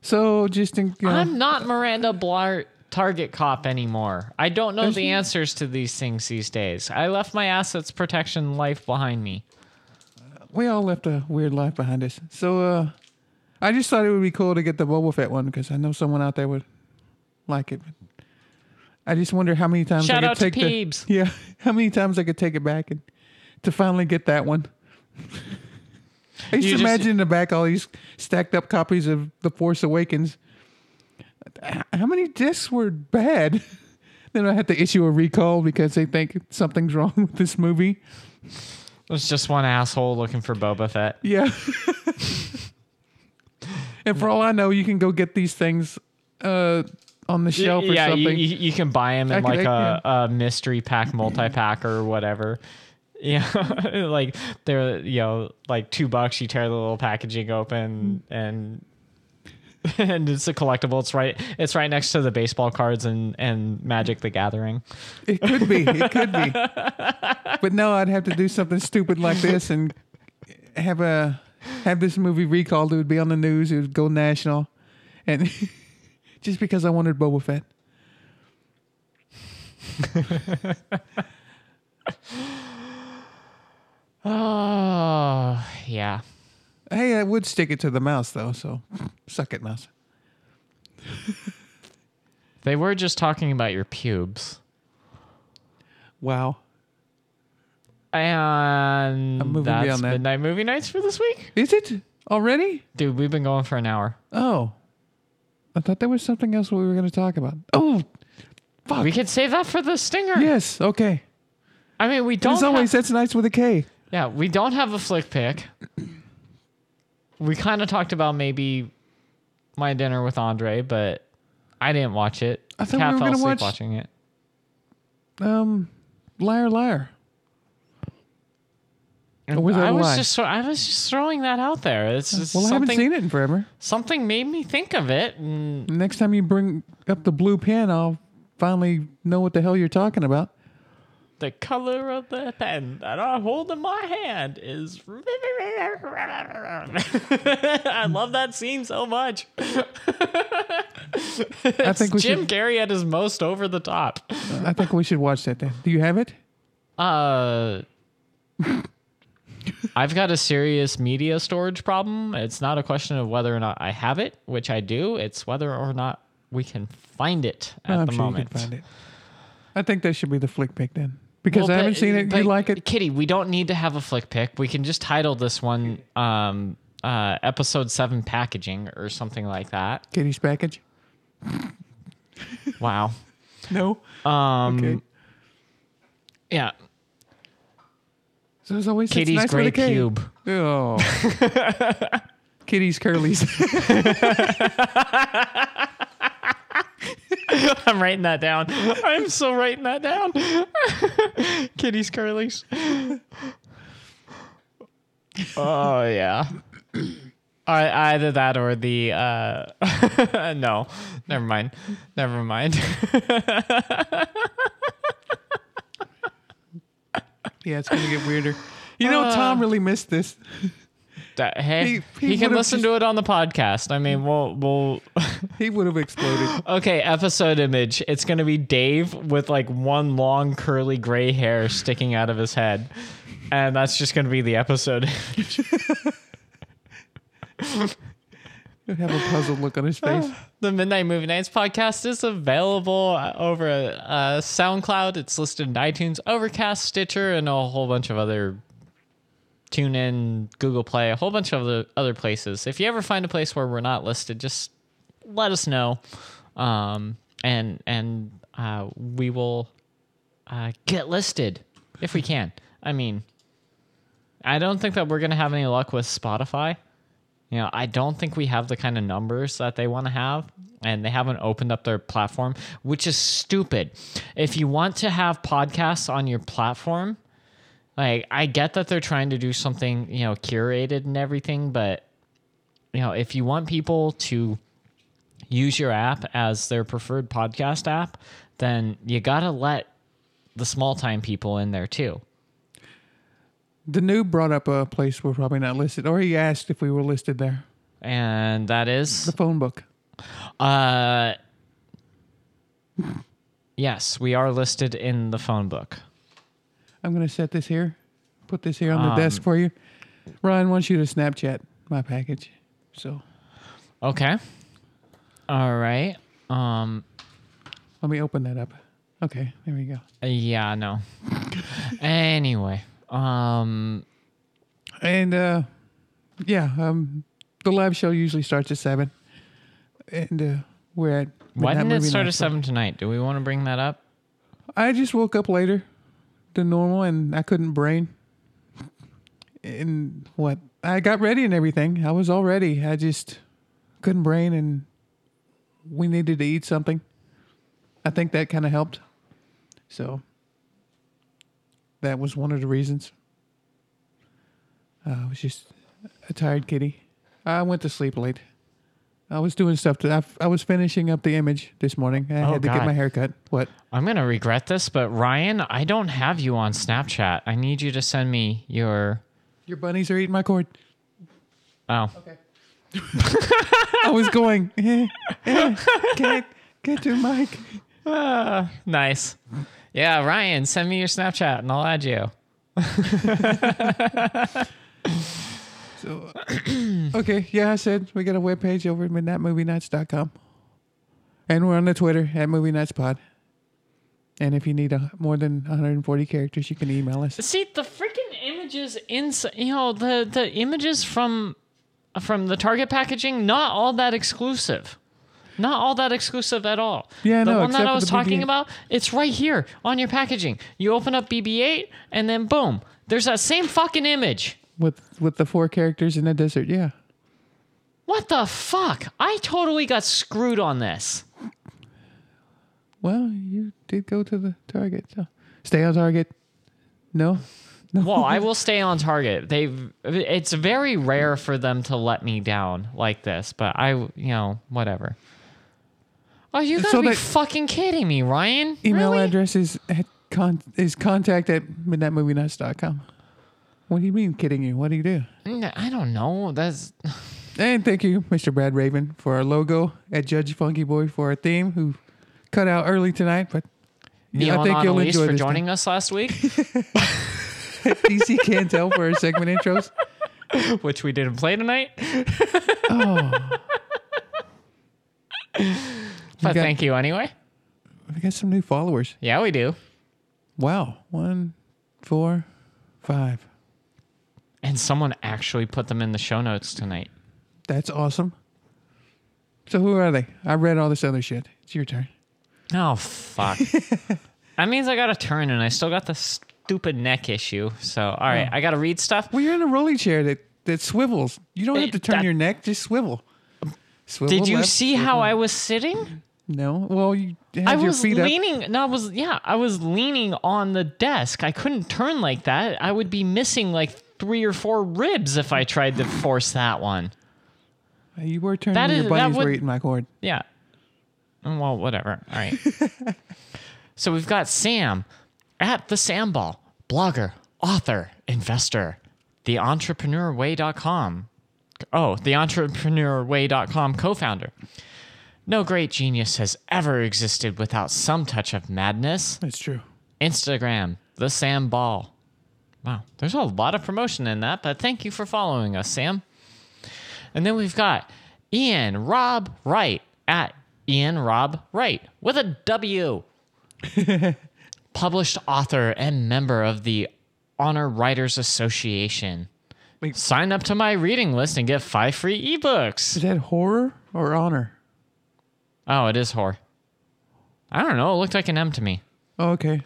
Speaker 3: So just in, you know,
Speaker 2: I'm not Miranda Blart target cop anymore. I don't know
Speaker 3: There's
Speaker 2: the answers to these things these days. I left my assets protection life behind me.
Speaker 3: we all left a weird life behind us. So uh, I just thought it would be cool to get the Boba Fett one because I know someone out there would like it. I just wonder how many times
Speaker 2: Shout
Speaker 3: I could
Speaker 2: out to
Speaker 3: take the,
Speaker 2: Peebs.
Speaker 3: yeah, how many times I could take it back and to finally get that one. I used
Speaker 2: You
Speaker 3: to
Speaker 2: just-
Speaker 3: imagine in the back all these stacked up copies of The Force Awakens. H- How many discs were bad? Then I had to issue a recall because they think something's wrong with this movie.
Speaker 2: It was just one asshole looking for Boba Fett.
Speaker 3: Yeah. and for all I know, you can go get these things uh, on the shelf or
Speaker 2: yeah, you,
Speaker 3: something.
Speaker 2: you, you can buy them
Speaker 3: I
Speaker 2: in
Speaker 3: could-
Speaker 2: like
Speaker 3: I-
Speaker 2: a, a mystery pack, multi pack, or whatever. Yeah, like they're you know like two bucks. You tear the little packaging open, and and it's a collectible. It's right. It's right next to the baseball cards and and Magic the Gathering.
Speaker 3: It could be. It could be. but no, I'd have to do something stupid like this and have a have this movie recalled. It would be on the news. It would go national, and just because I wanted Boba Fett.
Speaker 2: Oh yeah.
Speaker 3: Hey, I would stick it to the mouse though. So suck it, mouse.
Speaker 2: They were just talking about your pubes.
Speaker 3: Wow.
Speaker 2: And
Speaker 3: moving
Speaker 2: that's
Speaker 3: beyond that.
Speaker 2: midnight movie nights for this week,
Speaker 3: Is it already?
Speaker 2: dude. We've been going for an hour.
Speaker 3: Oh, I thought there was something else we were going to talk about. Oh,
Speaker 2: We could save that for the stinger.
Speaker 3: yes. Okay.
Speaker 2: I mean, we don't.
Speaker 3: As always,
Speaker 2: have-
Speaker 3: that's nice with a K.
Speaker 2: Yeah, we don't have a flick pick. We kind of talked about maybe my dinner with Andre, but I didn't watch it.
Speaker 3: I thought we
Speaker 2: Kat
Speaker 3: were
Speaker 2: fell
Speaker 3: gonna
Speaker 2: asleep
Speaker 3: watch-
Speaker 2: watching it.
Speaker 3: Um, liar, liar. Or was that
Speaker 2: I
Speaker 3: a
Speaker 2: was
Speaker 3: lie?
Speaker 2: just throw- I was just throwing that out there. It's just
Speaker 3: well, I haven't
Speaker 2: something
Speaker 3: seen it in forever.
Speaker 2: something made me think of it, and
Speaker 3: Next time you bring up the blue pen, I'll finally know what the hell you're talking about.
Speaker 2: the color of the pen that I hold in my hand is. I love that scene so much.
Speaker 3: I think we
Speaker 2: Jim
Speaker 3: should.
Speaker 2: Carrey at his most over the top.
Speaker 3: I think we should watch that then. Do you have it?
Speaker 2: Uh, I've got a serious media storage problem. It's not a question of whether or not I have it, which I do. It's whether or not we can find it at
Speaker 3: I'm
Speaker 2: the
Speaker 3: sure
Speaker 2: moment.
Speaker 3: you can find it. I think that should be the flick pick then, because I haven't seen it. You like it?
Speaker 2: Kitty? We don't need to have a flick pick. We can just title this one um, uh, episode seven packaging or something like that.
Speaker 3: Katie's package?
Speaker 2: Wow.
Speaker 3: No. Um. Okay.
Speaker 2: Yeah.
Speaker 3: So as always, it's
Speaker 2: Kitty's
Speaker 3: nice
Speaker 2: gray
Speaker 3: with a K.
Speaker 2: pube.
Speaker 3: Oh. Kitty's curlies.
Speaker 2: I'm writing that down. I'm still writing that down. Kitty's curlies. oh yeah. I, either that or the uh, no, never mind, never mind.
Speaker 3: yeah, it's gonna get weirder. You know, Tom really missed this.
Speaker 2: That- hey,
Speaker 3: He-
Speaker 2: he,
Speaker 3: he
Speaker 2: can
Speaker 3: would've
Speaker 2: listen to it on the podcast. I mean, we'll we'll
Speaker 3: He would have exploded.
Speaker 2: okay. Episode image. It's gonna be Dave with like one long curly gray hair sticking out of his head, and that's just gonna be the episode.
Speaker 3: He'd have a puzzled look on his face.
Speaker 2: The Midnight Movie Nights podcast is available over uh, SoundCloud. It's listed in iTunes, Overcast, Stitcher, and a whole bunch of other tune in, Google Play, a whole bunch of other, other places. If you ever find a place where we're not listed, just let us know, um, and and uh, we will uh, get listed if we can. I mean, I don't think that we're gonna have any luck with Spotify. You know, I don't think we have the kind of numbers that they want to have, and they haven't opened up their platform, which is stupid. If you want to have podcasts on your platform, like I get that they're trying to do something, you know, curated and everything, but you know, if you want people to use your app as their preferred podcast app, then you got to let the small time people in there too.
Speaker 3: The noob brought up a place we're probably not listed, or he asked if we were listed there.
Speaker 2: And that is
Speaker 3: The phone book.
Speaker 2: Uh, yes, we are listed in the phone book.
Speaker 3: I'm gonna set this here, put this here on the desk for you. Ryan wants you to Snapchat my package. So
Speaker 2: Okay. All right. Um.
Speaker 3: let me open that up. Okay, there we go.
Speaker 2: Yeah. No. anyway. Um.
Speaker 3: And uh, yeah, um, the live show usually starts at seven, and uh, we're at.
Speaker 2: Why
Speaker 3: Midnight
Speaker 2: didn't it
Speaker 3: Movie
Speaker 2: start
Speaker 3: Night,
Speaker 2: at
Speaker 3: so-
Speaker 2: seven tonight? Do we want to bring that up?
Speaker 3: I just woke up later than normal, and I couldn't brain. And what I got ready and everything, I was all ready. I just couldn't brain, and we needed to eat something. I think that kind of helped. So that was one of the reasons. Uh, I was just a tired kitty. I went to sleep late. I was doing stuff. To, I, I was finishing up the image this morning. I
Speaker 2: Oh,
Speaker 3: had to
Speaker 2: God.
Speaker 3: get my hair cut. What?
Speaker 2: I'm gonna regret this, but Ryan, I don't have you on Snapchat. I need you to send me your.
Speaker 3: Your bunnies are eating my cord.
Speaker 2: Oh.
Speaker 3: I was going, eh, eh, get, get your mic.
Speaker 2: Nice. Yeah, Ryan, send me your Snapchat and I'll add you.
Speaker 3: So, okay, yeah, I said we got a webpage over at midnightmovienights.com. And we're on the Twitter at Movie Nights Pod. And if you need a, more than 140 characters, you can email us.
Speaker 2: See the freaking images inside. You know the the images from from the Target packaging. Not all that exclusive. Not all that exclusive at all.
Speaker 3: Yeah,
Speaker 2: the
Speaker 3: no,
Speaker 2: one that
Speaker 3: except
Speaker 2: I
Speaker 3: for
Speaker 2: was
Speaker 3: the
Speaker 2: talking
Speaker 3: BB-8.
Speaker 2: about, it's right here on your packaging. You open up BB-8, and then boom, there's that same fucking image.
Speaker 3: With with the four characters in the desert, yeah.
Speaker 2: What the fuck? I totally got screwed on this.
Speaker 3: Well, you did go to the Target. So. Stay on Target. No?
Speaker 2: Well, I will stay on target. They've it's very rare for them to let me down like this, but I you know, whatever. Oh, you gotta
Speaker 3: So
Speaker 2: be
Speaker 3: they-
Speaker 2: fucking kidding me, Ryan.
Speaker 3: Email
Speaker 2: really?
Speaker 3: address is at con- is contact at midnightmovienights.com. What do you mean kidding you? What do you do?
Speaker 2: N- I don't know. That's
Speaker 3: And thank you, Mr. Brad Raven, for our logo at Judge Funky Boy for our theme, who cut out early tonight, but
Speaker 2: Neil
Speaker 3: I think
Speaker 2: and
Speaker 3: you'll
Speaker 2: Annalise
Speaker 3: enjoy
Speaker 2: for
Speaker 3: this
Speaker 2: joining us last week,
Speaker 3: DC Cantel for our segment intros.
Speaker 2: which we didn't play tonight. Oh.
Speaker 3: Oh,
Speaker 2: but
Speaker 3: got-
Speaker 2: thank you anyway.
Speaker 3: We got some new followers.
Speaker 2: Yeah, we do.
Speaker 3: Wow. One, four, five.
Speaker 2: And someone actually put them in the show notes tonight.
Speaker 3: That's awesome. So who are they? I read all this other shit. It's your turn.
Speaker 2: Oh fuck. that means I got to turn and I still got the stupid neck issue. So all right,
Speaker 3: Oh.
Speaker 2: I got to read stuff.
Speaker 3: Well, you're in a rolling chair that, that swivels. You don't have to turn
Speaker 2: that-
Speaker 3: your neck, just swivel. Swivel
Speaker 2: Did you
Speaker 3: left,
Speaker 2: see
Speaker 3: swivel
Speaker 2: how I was sitting?
Speaker 3: No. Well, you had
Speaker 2: I
Speaker 3: your
Speaker 2: was
Speaker 3: feet up.
Speaker 2: leaning. No, I was yeah, I was leaning on the desk. I couldn't turn like that. I would be missing like three or four ribs if I tried to force that one.
Speaker 3: You were turning
Speaker 2: That
Speaker 3: your
Speaker 2: is- that
Speaker 3: bunnies were
Speaker 2: would-
Speaker 3: eating my cord.
Speaker 2: Yeah. Mm, Well, whatever. All right. so we've got Sam at the Samball, blogger, author, investor, theentrepreneurway.com. Oh, theentrepreneurway.com co founder. No great genius has ever existed without some touch of madness.
Speaker 3: That's true.
Speaker 2: Instagram, the Sam Ball. Wow, there's a lot of promotion in that, but thank you for following us, Sam. And then we've got Ian Rob Wright at Ian Rob Wright with a W. Published author and member of the Honor Writers Association.
Speaker 3: Wait.
Speaker 2: Sign up to my reading list and get five free ebooks.
Speaker 3: Is that horror or honor?
Speaker 2: Oh, it is whore. I don't know. It looked like an M to me.
Speaker 3: Oh, okay.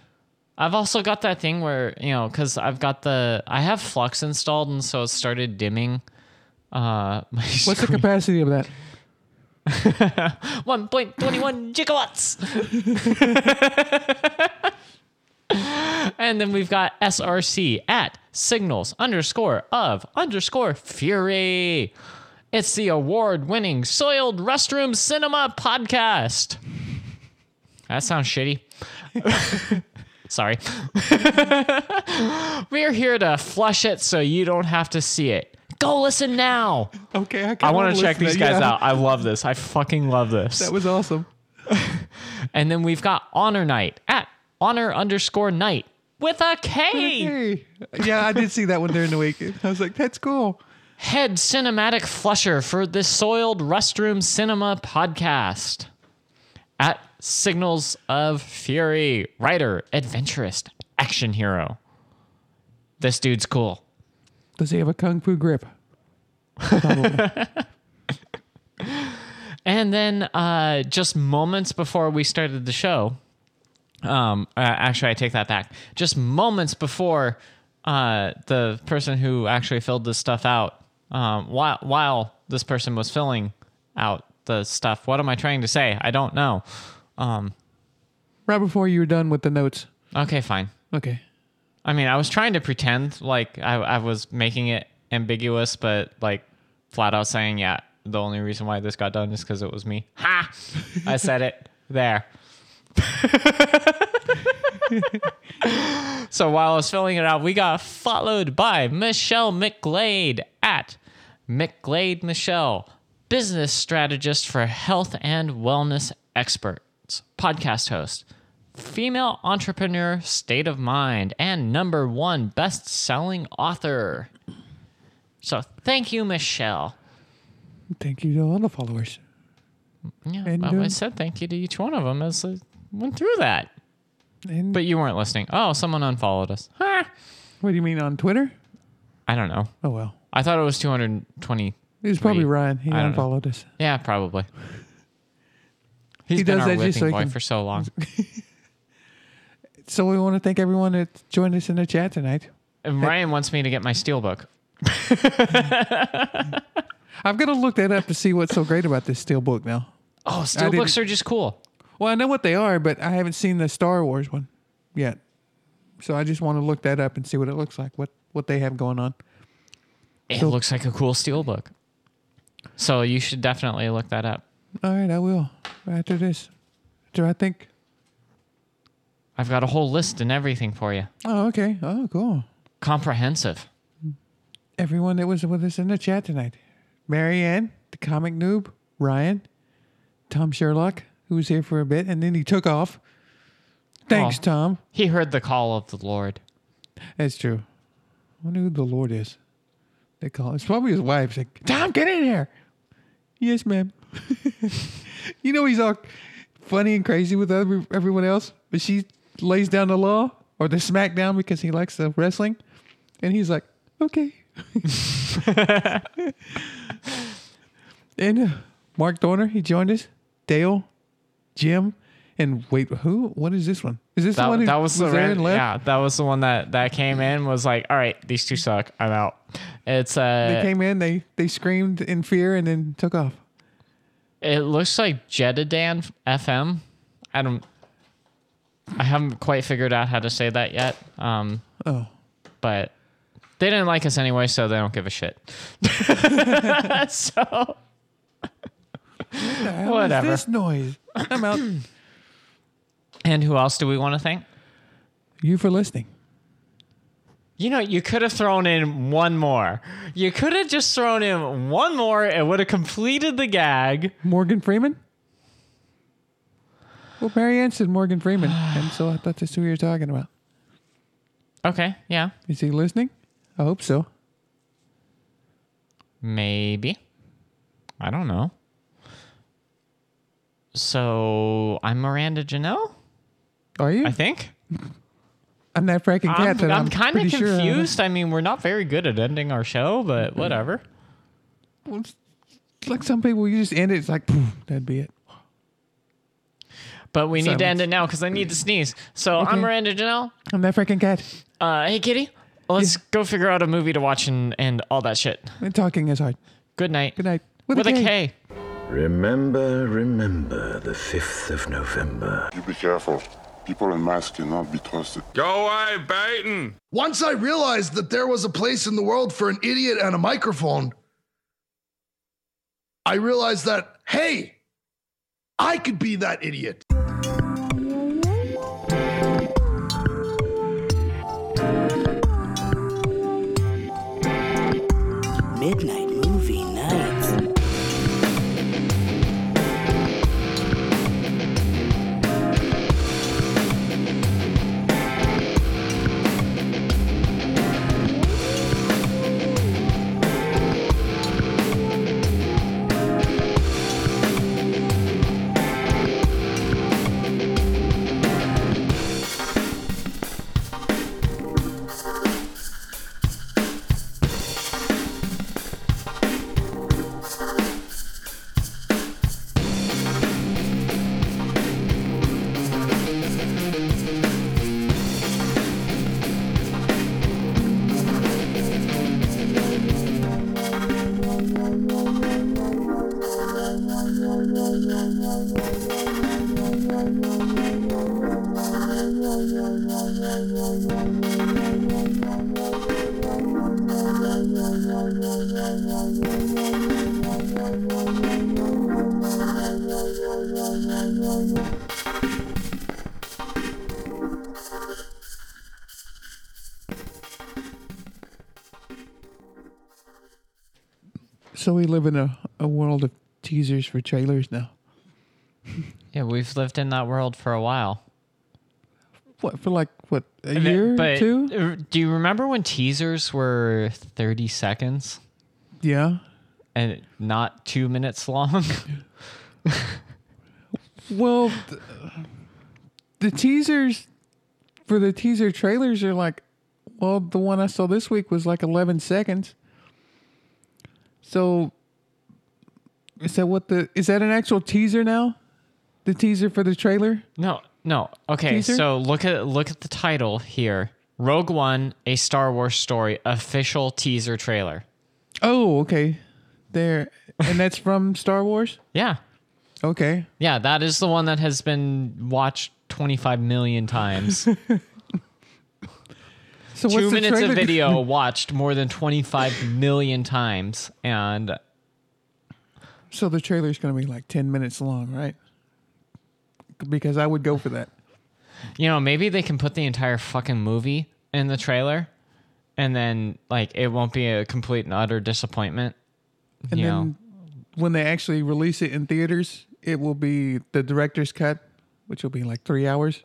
Speaker 2: I've also got that thing where you know, because I've got the I have Flux installed, and so it started dimming. Uh, my
Speaker 3: What's the capacity of that?
Speaker 2: one point twenty one gigawatts. and then we've got SRC at signals underscore of underscore fury. It's the award winning soiled restroom cinema podcast. That sounds shitty. Sorry. We're here to flush it so you don't have to see it. Go listen now.
Speaker 3: Okay, I,
Speaker 2: I
Speaker 3: kinda
Speaker 2: want
Speaker 3: wanna
Speaker 2: to check
Speaker 3: listen
Speaker 2: these
Speaker 3: yeah.
Speaker 2: guys out. I love this. I fucking love this.
Speaker 3: That was awesome.
Speaker 2: And then we've got Honor Night at Honor underscore Night with a K.
Speaker 3: Hey. Yeah, I did see that one during the week. I was like, that's cool.
Speaker 2: Head cinematic flusher for the Soiled Restroom Cinema podcast. At Signals of Fury, writer, adventurist, action hero. This dude's cool.
Speaker 3: Does he have a kung fu grip?
Speaker 2: And then uh, just moments before we started the show, um, uh, actually, I take that back. Just moments before uh, the person who actually filled this stuff out, um, while, while this person was filling out the stuff, what am I trying to say? I don't know. Um,
Speaker 3: Right before you were done with the notes.
Speaker 2: okay, fine.
Speaker 3: Okay.
Speaker 2: I mean, I was trying to pretend like I, I was making it ambiguous, but like flat out saying, yeah, the only reason why this got done is because it was me. Ha! I said it there. so while I was filling it out, we got followed by Michelle McGlade at McGlade Michelle, business strategist for health and wellness experts, podcast host, female entrepreneur, state of mind, and number one best selling author. So thank you, Michelle.
Speaker 3: Thank you to all the followers.
Speaker 2: Yeah,
Speaker 3: And,
Speaker 2: well, I
Speaker 3: um,
Speaker 2: said thank you to each one of them as I went through that.
Speaker 3: And
Speaker 2: But you weren't listening. Oh, someone unfollowed us. Huh.
Speaker 3: what do you mean on Twitter?
Speaker 2: I don't know.
Speaker 3: Oh well.
Speaker 2: I thought it was 220.
Speaker 3: It was probably
Speaker 2: Three.
Speaker 3: Ryan. He
Speaker 2: I don't know.
Speaker 3: unfollowed us.
Speaker 2: Yeah, probably. He's
Speaker 3: He
Speaker 2: been our
Speaker 3: does that
Speaker 2: whipping
Speaker 3: just so he
Speaker 2: boy
Speaker 3: can-
Speaker 2: for so long.
Speaker 3: So we want to thank everyone that joined us in the chat tonight.
Speaker 2: And Ryan wants me to get my steelbook.
Speaker 3: I've got to look that up to see what's so great about this steel book now.
Speaker 2: Oh,
Speaker 3: didn't-
Speaker 2: steelbooks are just cool.
Speaker 3: Well, I know what they are, but I haven't seen the Star Wars one yet. So I just want to look that up and see what it looks like, what what they have going on.
Speaker 2: It
Speaker 3: So-
Speaker 2: looks like a cool steelbook. So you should definitely look that up.
Speaker 3: All right, I will after this. Do I think?
Speaker 2: I've got a whole list and everything for you.
Speaker 3: Oh, okay. Oh, cool.
Speaker 2: Comprehensive.
Speaker 3: Everyone that was with us in the chat tonight: Marianne, the comic noob, Ryan, Tom Sherlock, who was here for a bit and then he took off. Thanks,
Speaker 2: Aw.
Speaker 3: Tom.
Speaker 2: He heard the call of the Lord.
Speaker 3: That's true. I wonder who the Lord is. They call it's probably his wife. She's like, Tom, get in here. Yes, ma'am. you know he's all funny and crazy with every, everyone else, but she lays down the law or the smackdown because he likes the wrestling, and he's like, okay. and uh, Mark Dorner, he joined us. Dale, Jim, and wait, who? What is this one? Is this the one
Speaker 2: That,
Speaker 3: who
Speaker 2: that was, the
Speaker 3: there
Speaker 2: ran-
Speaker 3: and left?
Speaker 2: yeah. That was the one that that came in was like, all right, these two suck. I'm out. It's
Speaker 3: They
Speaker 2: uh,
Speaker 3: came in, they they screamed in fear, and then took off.
Speaker 2: It looks like Jedidan FM. I don't. I haven't quite figured out how to say that yet. Um,
Speaker 3: Oh,
Speaker 2: but they didn't like us anyway, so they don't give a shit. so Whatever.
Speaker 3: What's this noise? I'm out.
Speaker 2: and who else do we want to thank?
Speaker 3: you for listening.
Speaker 2: You know, you could have thrown in one more. You could have just thrown in one more. It would have completed the gag.
Speaker 3: Morgan Freeman. Well, Marianne said Morgan Freeman, and so I thought that's who you were talking about.
Speaker 2: Okay, yeah,
Speaker 3: Is he listening? I hope so.
Speaker 2: maybe. I don't know. So I'm Miranda Janelle,
Speaker 3: Are you?
Speaker 2: I think.
Speaker 3: I'm that fracking cat.
Speaker 2: I'm,
Speaker 3: that I'm,
Speaker 2: kind of
Speaker 3: pretty sure uh, Mm-hmm. I-
Speaker 2: confused. I mean, we're not very good at ending our show, but whatever.
Speaker 3: Well, it's like some people, you just end it. It's like poof, that'd be it.
Speaker 2: But we need to end
Speaker 3: Silence.
Speaker 2: it now because I need to sneeze. So I'm
Speaker 3: Okay.
Speaker 2: Miranda Janelle.
Speaker 3: I'm that fracking cat.
Speaker 2: Uh, hey, Kitty, let's go figure out a movie to watch and, and all that shit.
Speaker 3: And talking is hard.
Speaker 2: Good night.
Speaker 3: Good night.
Speaker 2: With, a K.
Speaker 4: Remember, remember the 5th of November.
Speaker 5: You be careful. People in masks cannot be trusted.
Speaker 6: Go away, Baton!
Speaker 7: Once I realized that there was a place in the world for an idiot and a microphone, I realized that, hey, I could be that idiot.
Speaker 3: So we live in a, a world of teasers for trailers now.
Speaker 2: Yeah, we've lived in that world for a while.
Speaker 3: What for like what a
Speaker 2: And it-
Speaker 3: year or
Speaker 2: but
Speaker 3: two?
Speaker 2: uh, do you remember when teasers were 30 seconds
Speaker 3: Yeah.
Speaker 2: and not two minutes long?
Speaker 3: Well, th- the teasers for the teaser trailers are like, well, the one I saw this week was like 11 seconds. So, is that what the is that an actual teaser now? The teaser for the trailer?
Speaker 2: no, no. Okay,
Speaker 3: Teaser?
Speaker 2: so look at look at the title here. Rogue One, a Star Wars story, official teaser trailer.
Speaker 3: Oh, okay. There, and that's from Star Wars.
Speaker 2: Yeah.
Speaker 3: Okay,
Speaker 2: Yeah, that is the one that has been watched 25 million times.
Speaker 3: so
Speaker 2: Two
Speaker 3: the
Speaker 2: minutes of
Speaker 3: trailer-
Speaker 2: video watched more than 25 million times. And
Speaker 3: So the trailer's gonna be like 10 minutes long, right? Because I would go for that.
Speaker 2: You know, maybe they can put the entire fucking movie in the trailer and then like it won't be a complete and utter disappointment.
Speaker 3: And
Speaker 2: you know.
Speaker 3: then when they actually release it in theaters, it will be the director's cut, which will be like three hours,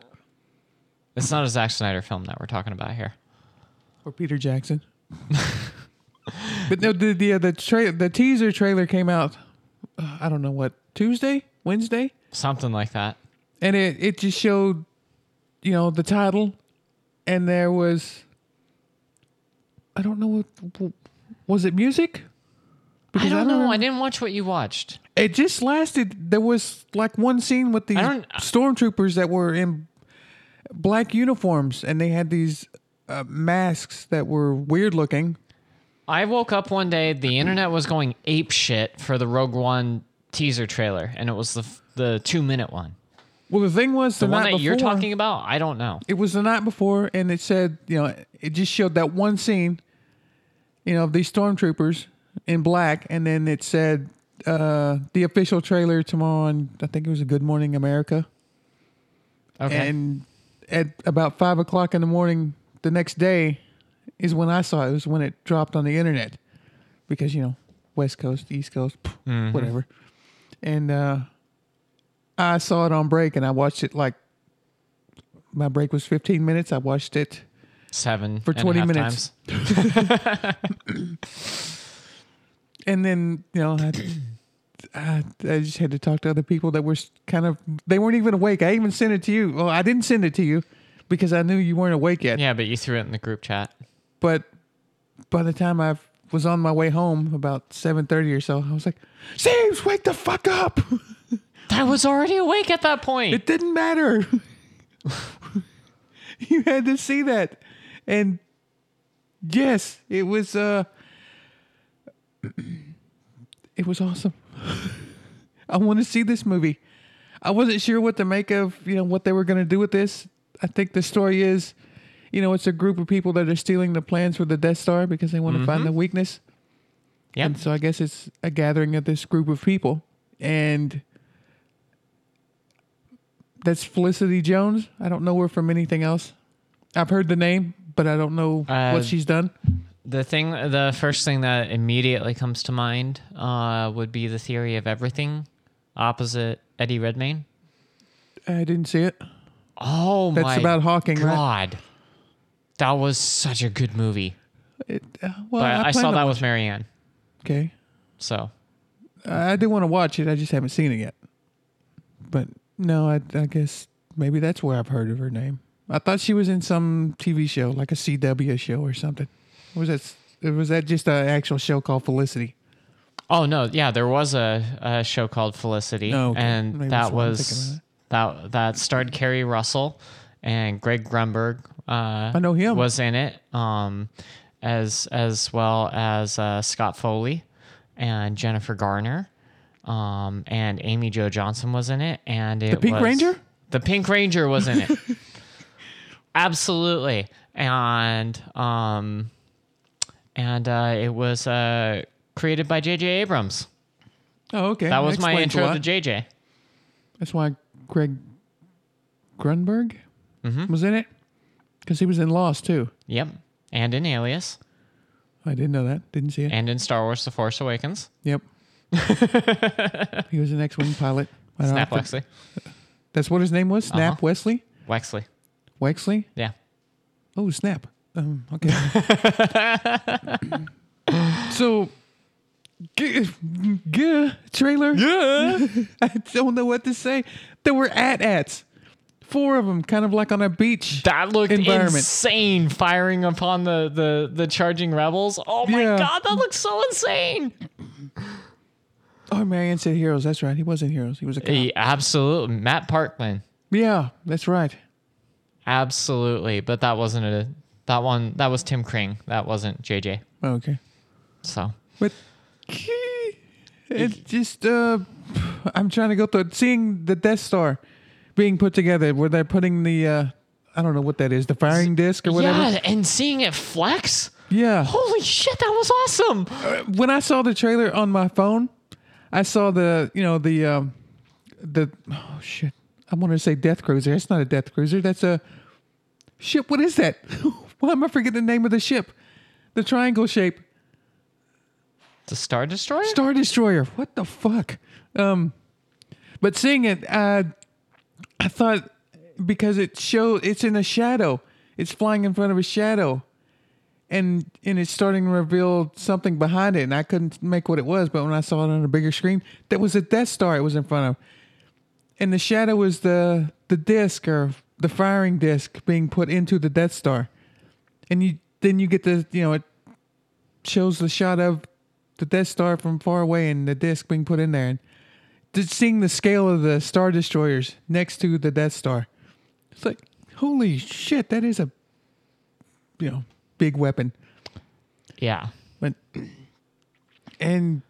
Speaker 2: It's not a Zack Snyder film that we're talking about here.
Speaker 3: or Peter Jackson. but no, the the uh, the, tra- the teaser trailer came out. Uh, I don't know what Tuesday, Wednesday,
Speaker 2: Something like that.
Speaker 3: and it it just showed, you know, the title, and there was. I don't know what w- was it music.
Speaker 2: I
Speaker 3: Because
Speaker 2: don't know.
Speaker 3: remember-
Speaker 2: I didn't watch what you watched.
Speaker 3: It just lasted. There was like one scene with these
Speaker 2: don't- uh,
Speaker 3: stormtroopers that were in black uniforms, and they had these uh, masks that were weird looking.
Speaker 2: I woke up one day, the internet was going ape shit for the Rogue One teaser trailer, and it was the f- the two minute one.
Speaker 3: Well, the thing was the,
Speaker 2: The one
Speaker 3: night
Speaker 2: that
Speaker 3: before,
Speaker 2: you're talking about, I don't know.
Speaker 3: It was the night before, and it said, you know, it just showed that one scene, you know, of these stormtroopers in black, and then it said uh, the official trailer tomorrow on. I think it was a Good Morning America.
Speaker 2: Okay.
Speaker 3: And at about five o'clock in the morning the next day is when I saw it. It was when it dropped on the internet because, you know, West Coast, East Coast, pff, whatever. And uh, I saw it on break and I watched it like my break was 15 minutes. I watched it.
Speaker 2: Seven
Speaker 3: for
Speaker 2: and a
Speaker 3: 20
Speaker 2: half
Speaker 3: minutes.
Speaker 2: times.
Speaker 3: And then, you know, I. I, I just had to talk to other people that were s- kind of they weren't even awake. I even sent it to you. Well, I didn't send it to you because I knew you weren't awake yet.
Speaker 2: Yeah, but you threw it in the group chat.
Speaker 3: but by the time I was on my way home about seven thirty or so, I was like, "Seems, wake the fuck up!
Speaker 2: I was already awake at that point.
Speaker 3: It didn't matter. you had to see that." And yes, it was. uh It was awesome. I want to see this movie. I wasn't sure what to make of you know what they were going to do with this. I think the story is, you know, it's a group of people that are stealing the plans for the Death Star because they want to find the weakness.
Speaker 2: Yeah.
Speaker 3: And so I guess it's a gathering of this group of people, and that's Felicity Jones. I don't know her from anything else. I've heard the name, but I don't know
Speaker 2: Uh,
Speaker 3: what she's done.
Speaker 2: The thing, the first thing that immediately comes to mind uh, would be the theory of everything, opposite Eddie Redmayne.
Speaker 3: I didn't see it.
Speaker 2: Oh
Speaker 3: That's
Speaker 2: my
Speaker 3: about Hawking, right?
Speaker 2: God, that was such a good movie.
Speaker 3: it uh, well,
Speaker 2: But I,
Speaker 3: plan
Speaker 2: saw
Speaker 3: to
Speaker 2: that
Speaker 3: watch
Speaker 2: with Marianne.
Speaker 3: it. Okay.
Speaker 2: So
Speaker 3: I do want to watch it. I just haven't seen it yet. But no, I, I guess maybe that's where I've heard of her name. I thought she was in some TV show, like a CW show or something. Was that was that just an actual show called Felicity?
Speaker 2: Oh no, yeah, there was a, a show called Felicity,
Speaker 3: Oh, okay.
Speaker 2: and
Speaker 3: Maybe that's
Speaker 2: that
Speaker 3: what I'm
Speaker 2: was
Speaker 3: thinking
Speaker 2: that that starred Carrie Russell and Greg Grunberg. Uh,
Speaker 3: I know him.
Speaker 2: was in it, um, as as well as uh, Scott Foley and Jennifer Garner, um, and Amy Jo Johnson was in it, and it
Speaker 3: Pink
Speaker 2: was-
Speaker 3: Ranger?
Speaker 2: The Pink Ranger was in it. Absolutely. And um and uh it was uh created by JJ Abrams.
Speaker 3: Oh, okay.
Speaker 2: That was my
Speaker 3: explains a
Speaker 2: intro
Speaker 3: lot.
Speaker 2: to JJ.
Speaker 3: That's why Greg Grunberg
Speaker 2: Mm-hmm.
Speaker 3: was in it because he was in Lost too.
Speaker 2: Yep. And in Alias
Speaker 3: I didn't know that. Didn't see it.
Speaker 2: and in Star Wars The Force Awakens.
Speaker 3: yep. he was an X-wing pilot. I don't know
Speaker 2: Snap Uh-huh.
Speaker 3: if it-
Speaker 2: Wexley.
Speaker 3: That's what his name was. Snap Wesley
Speaker 2: Wexley.
Speaker 3: Wexley.
Speaker 2: Yeah.
Speaker 3: Oh, snap. Um, okay. so, g- g- trailer. Yeah. I don't know what to say. There were at-ats. Four of them, kind of like on a beach.
Speaker 2: That looked
Speaker 3: Environment.
Speaker 2: insane firing upon the, the, the charging rebels. Oh my
Speaker 3: Yeah.
Speaker 2: god, that looks so insane.
Speaker 3: Oh, Marion said heroes. That's right. He wasn't heroes. He was a cop.
Speaker 2: Absolutely, absolutely. Matt Parkland.
Speaker 3: Yeah, that's right.
Speaker 2: Absolutely. But that wasn't a that one that was Tim Kring. That wasn't JJ.
Speaker 3: Oh, okay.
Speaker 2: So
Speaker 3: But it's just uh I'm trying to go through it. seeing the Death Star being put together where they're putting the uh I don't know what that is, the firing disc or whatever.
Speaker 2: Yeah, and seeing it flex.
Speaker 3: Yeah.
Speaker 2: Holy shit, that was awesome.
Speaker 3: When I saw the trailer on my phone, I saw the you know, the um the oh shit. I wanted to say Death Cruiser. That's not a Death Cruiser, that's a ship. What is that? Why am I forgetting the name of the ship? The triangle shape.
Speaker 2: The Star Destroyer?
Speaker 3: Star Destroyer. What the fuck? Um, but seeing it, uh, I thought because it showed it's in a shadow. It's flying in front of a shadow, and and it's starting to reveal something behind it. And I couldn't make what it was, but when I saw it on a bigger screen, that was a Death Star. It was in front of, and the shadow was the the disc or the firing disc being put into the Death Star, and you then you get the you know it shows the shot of the Death Star from far away and the disc being put in there, and just seeing the scale of the Star Destroyers next to the Death Star, it's like holy shit, that is a you know big weapon.
Speaker 2: yeah.
Speaker 3: But and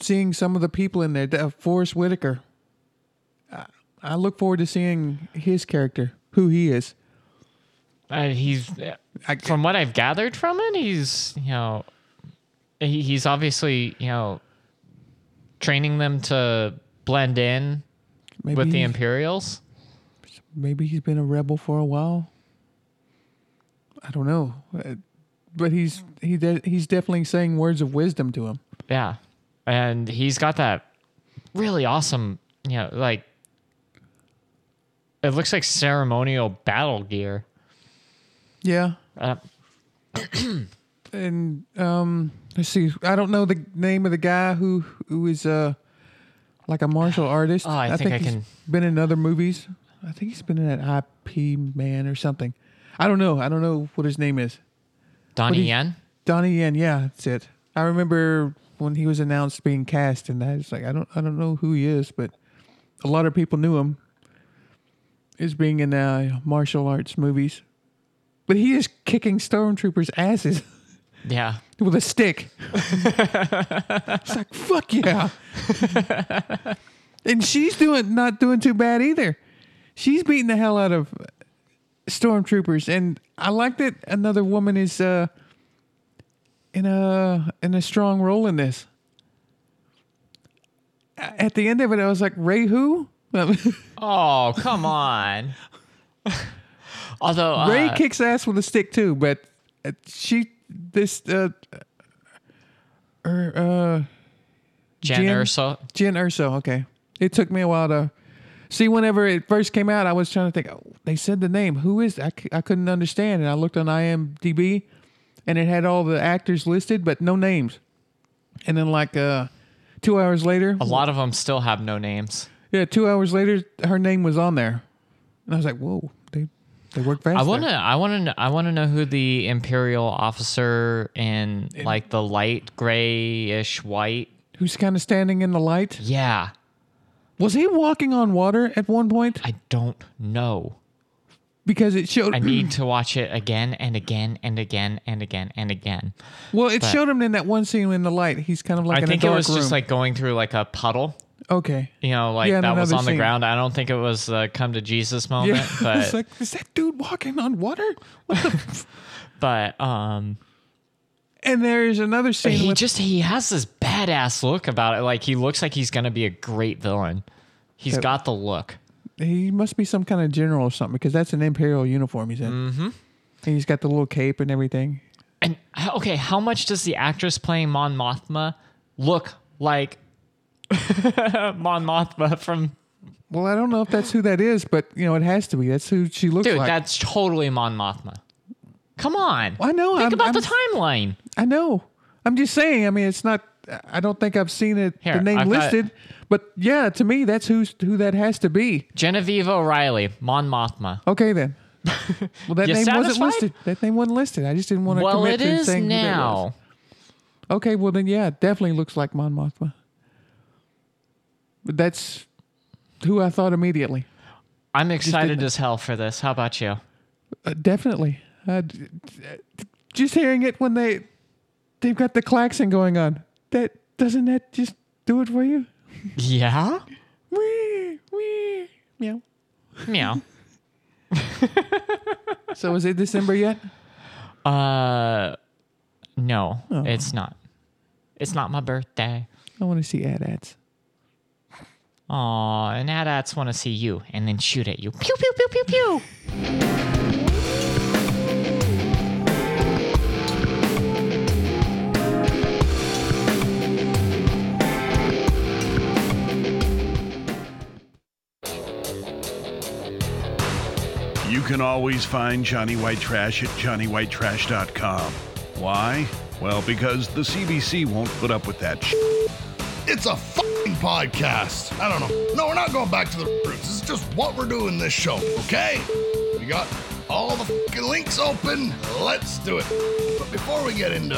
Speaker 3: seeing some of the people in there, uh, Forrest Whitaker, I, I look forward to seeing his character, who he is.
Speaker 2: Uh, he's
Speaker 3: I-
Speaker 2: from what I've gathered from it, he's you know he, he's obviously, you know, training them to blend in
Speaker 3: Maybe
Speaker 2: with the
Speaker 3: he-
Speaker 2: Imperials.
Speaker 3: maybe he's been a rebel for a while. I don't know, Uh, but he's he de- he's definitely saying words of wisdom to him.
Speaker 2: Yeah. And he's got that really awesome, you know, like it looks like ceremonial battle gear.
Speaker 3: Yeah,
Speaker 2: Uh,
Speaker 3: and um, let's see. I don't know the name of the guy who who is uh like a martial artist.
Speaker 2: Oh, I think I
Speaker 3: he's
Speaker 2: can-
Speaker 3: Been in other movies. I think he's been in that IP Man or something. I don't know. I don't know what his name is.
Speaker 2: Donnie
Speaker 3: do you-
Speaker 2: Yen.
Speaker 3: Donnie Yen. Yeah, that's it. I remember when he was announced being cast, and I was like, I don't, I don't know who he is, but a lot of people knew him as being in uh, martial arts movies. But he is kicking stormtroopers' asses
Speaker 2: Yeah.
Speaker 3: with a stick. it's like fuck yeah, and she's doing not doing too bad either. She's beating the hell out of stormtroopers, and I like that another woman is uh, in a in a strong role in this. A- At the end of it, I was like, Ray who? Ray
Speaker 2: Oh, come on. Although uh,
Speaker 3: kicks ass with a stick too, but uh, she this uh, her uh.
Speaker 2: Jen
Speaker 3: Jen-
Speaker 2: Erso.
Speaker 3: Jen Urso. Okay. It took me a while to see. Whenever it first came out, I was trying to think. Oh, they said the name. Who is? I, c- I couldn't understand, and I looked on IMDb, and it had all the actors listed, but no names. And then like uh, two hours later,
Speaker 2: A lot of them still have no names.
Speaker 3: yeah, two hours later, her name was on there, and I was like, whoa, they they work fast.
Speaker 2: I
Speaker 3: there.
Speaker 2: want to. I want to. I want to know who the Imperial officer in like the light grayish white.
Speaker 3: Who's kind of standing in the light?
Speaker 2: Yeah,
Speaker 3: Was he walking on water at one point?
Speaker 2: I don't know.
Speaker 3: Because it showed.
Speaker 2: I need to watch it again and again and again and again and again.
Speaker 3: well, it showed him in that one scene in the light. He's kind of like
Speaker 2: I
Speaker 3: in
Speaker 2: think
Speaker 3: a
Speaker 2: it
Speaker 3: dark
Speaker 2: was
Speaker 3: room.
Speaker 2: just like going through like a puddle.
Speaker 3: Okay.
Speaker 2: You know, like
Speaker 3: Yeah, in
Speaker 2: that was
Speaker 3: another
Speaker 2: on the
Speaker 3: scene.
Speaker 2: ground. I don't think it was the come to Jesus moment,
Speaker 3: Yeah.
Speaker 2: but
Speaker 3: it's like, is that dude walking on water? What the f-"
Speaker 2: but um,
Speaker 3: and there's another scene
Speaker 2: he
Speaker 3: with
Speaker 2: just he has this badass look about it. Like he looks like he's gonna be a great villain. He's
Speaker 3: Yep.
Speaker 2: got the look.
Speaker 3: he must be some kind of general or something because that's an imperial uniform he's in. Mm-hmm. And he's got the little cape and everything.
Speaker 2: And h- okay, how much does the actress playing Mon Mothma look like Mon Mothma from?
Speaker 3: Well, I don't know if that's who that is, but you know it has to be. That's who she looks
Speaker 2: Dude,
Speaker 3: like.
Speaker 2: that's totally Mon Mothma. Come on,
Speaker 3: I know.
Speaker 2: think
Speaker 3: I'm-
Speaker 2: about the
Speaker 3: I'm-
Speaker 2: timeline.
Speaker 3: I know. I'm just saying. I mean, it's not. I don't think I've seen it
Speaker 2: Here,
Speaker 3: the name
Speaker 2: I've got-
Speaker 3: listed, but yeah, to me, that's who's who that has to be.
Speaker 2: Genevieve O'Reilly, Mon Mothma.
Speaker 3: Okay then. Well, that
Speaker 2: You
Speaker 3: name wasn't
Speaker 2: satisfied?
Speaker 3: listed. That name wasn't listed. I just didn't want to
Speaker 2: Well,
Speaker 3: commit
Speaker 2: it
Speaker 3: to
Speaker 2: is
Speaker 3: saying who that was.
Speaker 2: now.
Speaker 3: Okay, well then, yeah, it definitely looks like Mon Mothma. But that's who I thought immediately.
Speaker 2: I'm excited
Speaker 3: didn't-
Speaker 2: as hell for this. How about you?
Speaker 3: Uh, definitely. Uh, d- d- d- just hearing it when they they've got the klaxon going on. That doesn't that just do it for you?
Speaker 2: Yeah?
Speaker 3: Wee wee meow.
Speaker 2: Meow.
Speaker 3: So is it December yet?
Speaker 2: No,
Speaker 3: Oh.
Speaker 2: it's not. It's not my birthday.
Speaker 3: I want to see ad ads.
Speaker 2: Aw, and adats want to see you and then shoot at you. Pew, pew, pew, pew, pew.
Speaker 8: You can always find Johnny White Trash at johnnywhitetrash.com. Why? Well, because the CBC won't put up with that sh-
Speaker 7: It's a fucking podcast. I don't know. No, we're not going back to the roots. It's just what we're doing this show, okay? We got all the fucking links open. Let's do it. But before we get into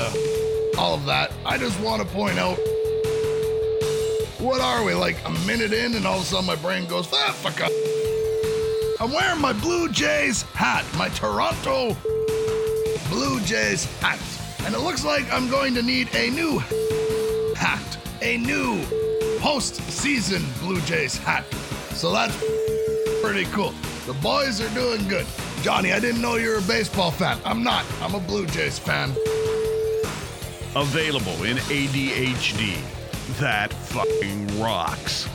Speaker 7: all of that, I just want to point out what are we, like a minute in, and all of a sudden my brain goes, ah, fuck up. I'm wearing my Blue Jays hat, my Toronto Blue Jays hat. And it looks like I'm going to need a new hat, a new postseason Blue Jays hat. So that's pretty cool. The boys are doing good. Johnny, I didn't know you were a baseball fan. I'm not. I'm a Blue Jays fan.
Speaker 8: available in ADHD. That fucking rocks.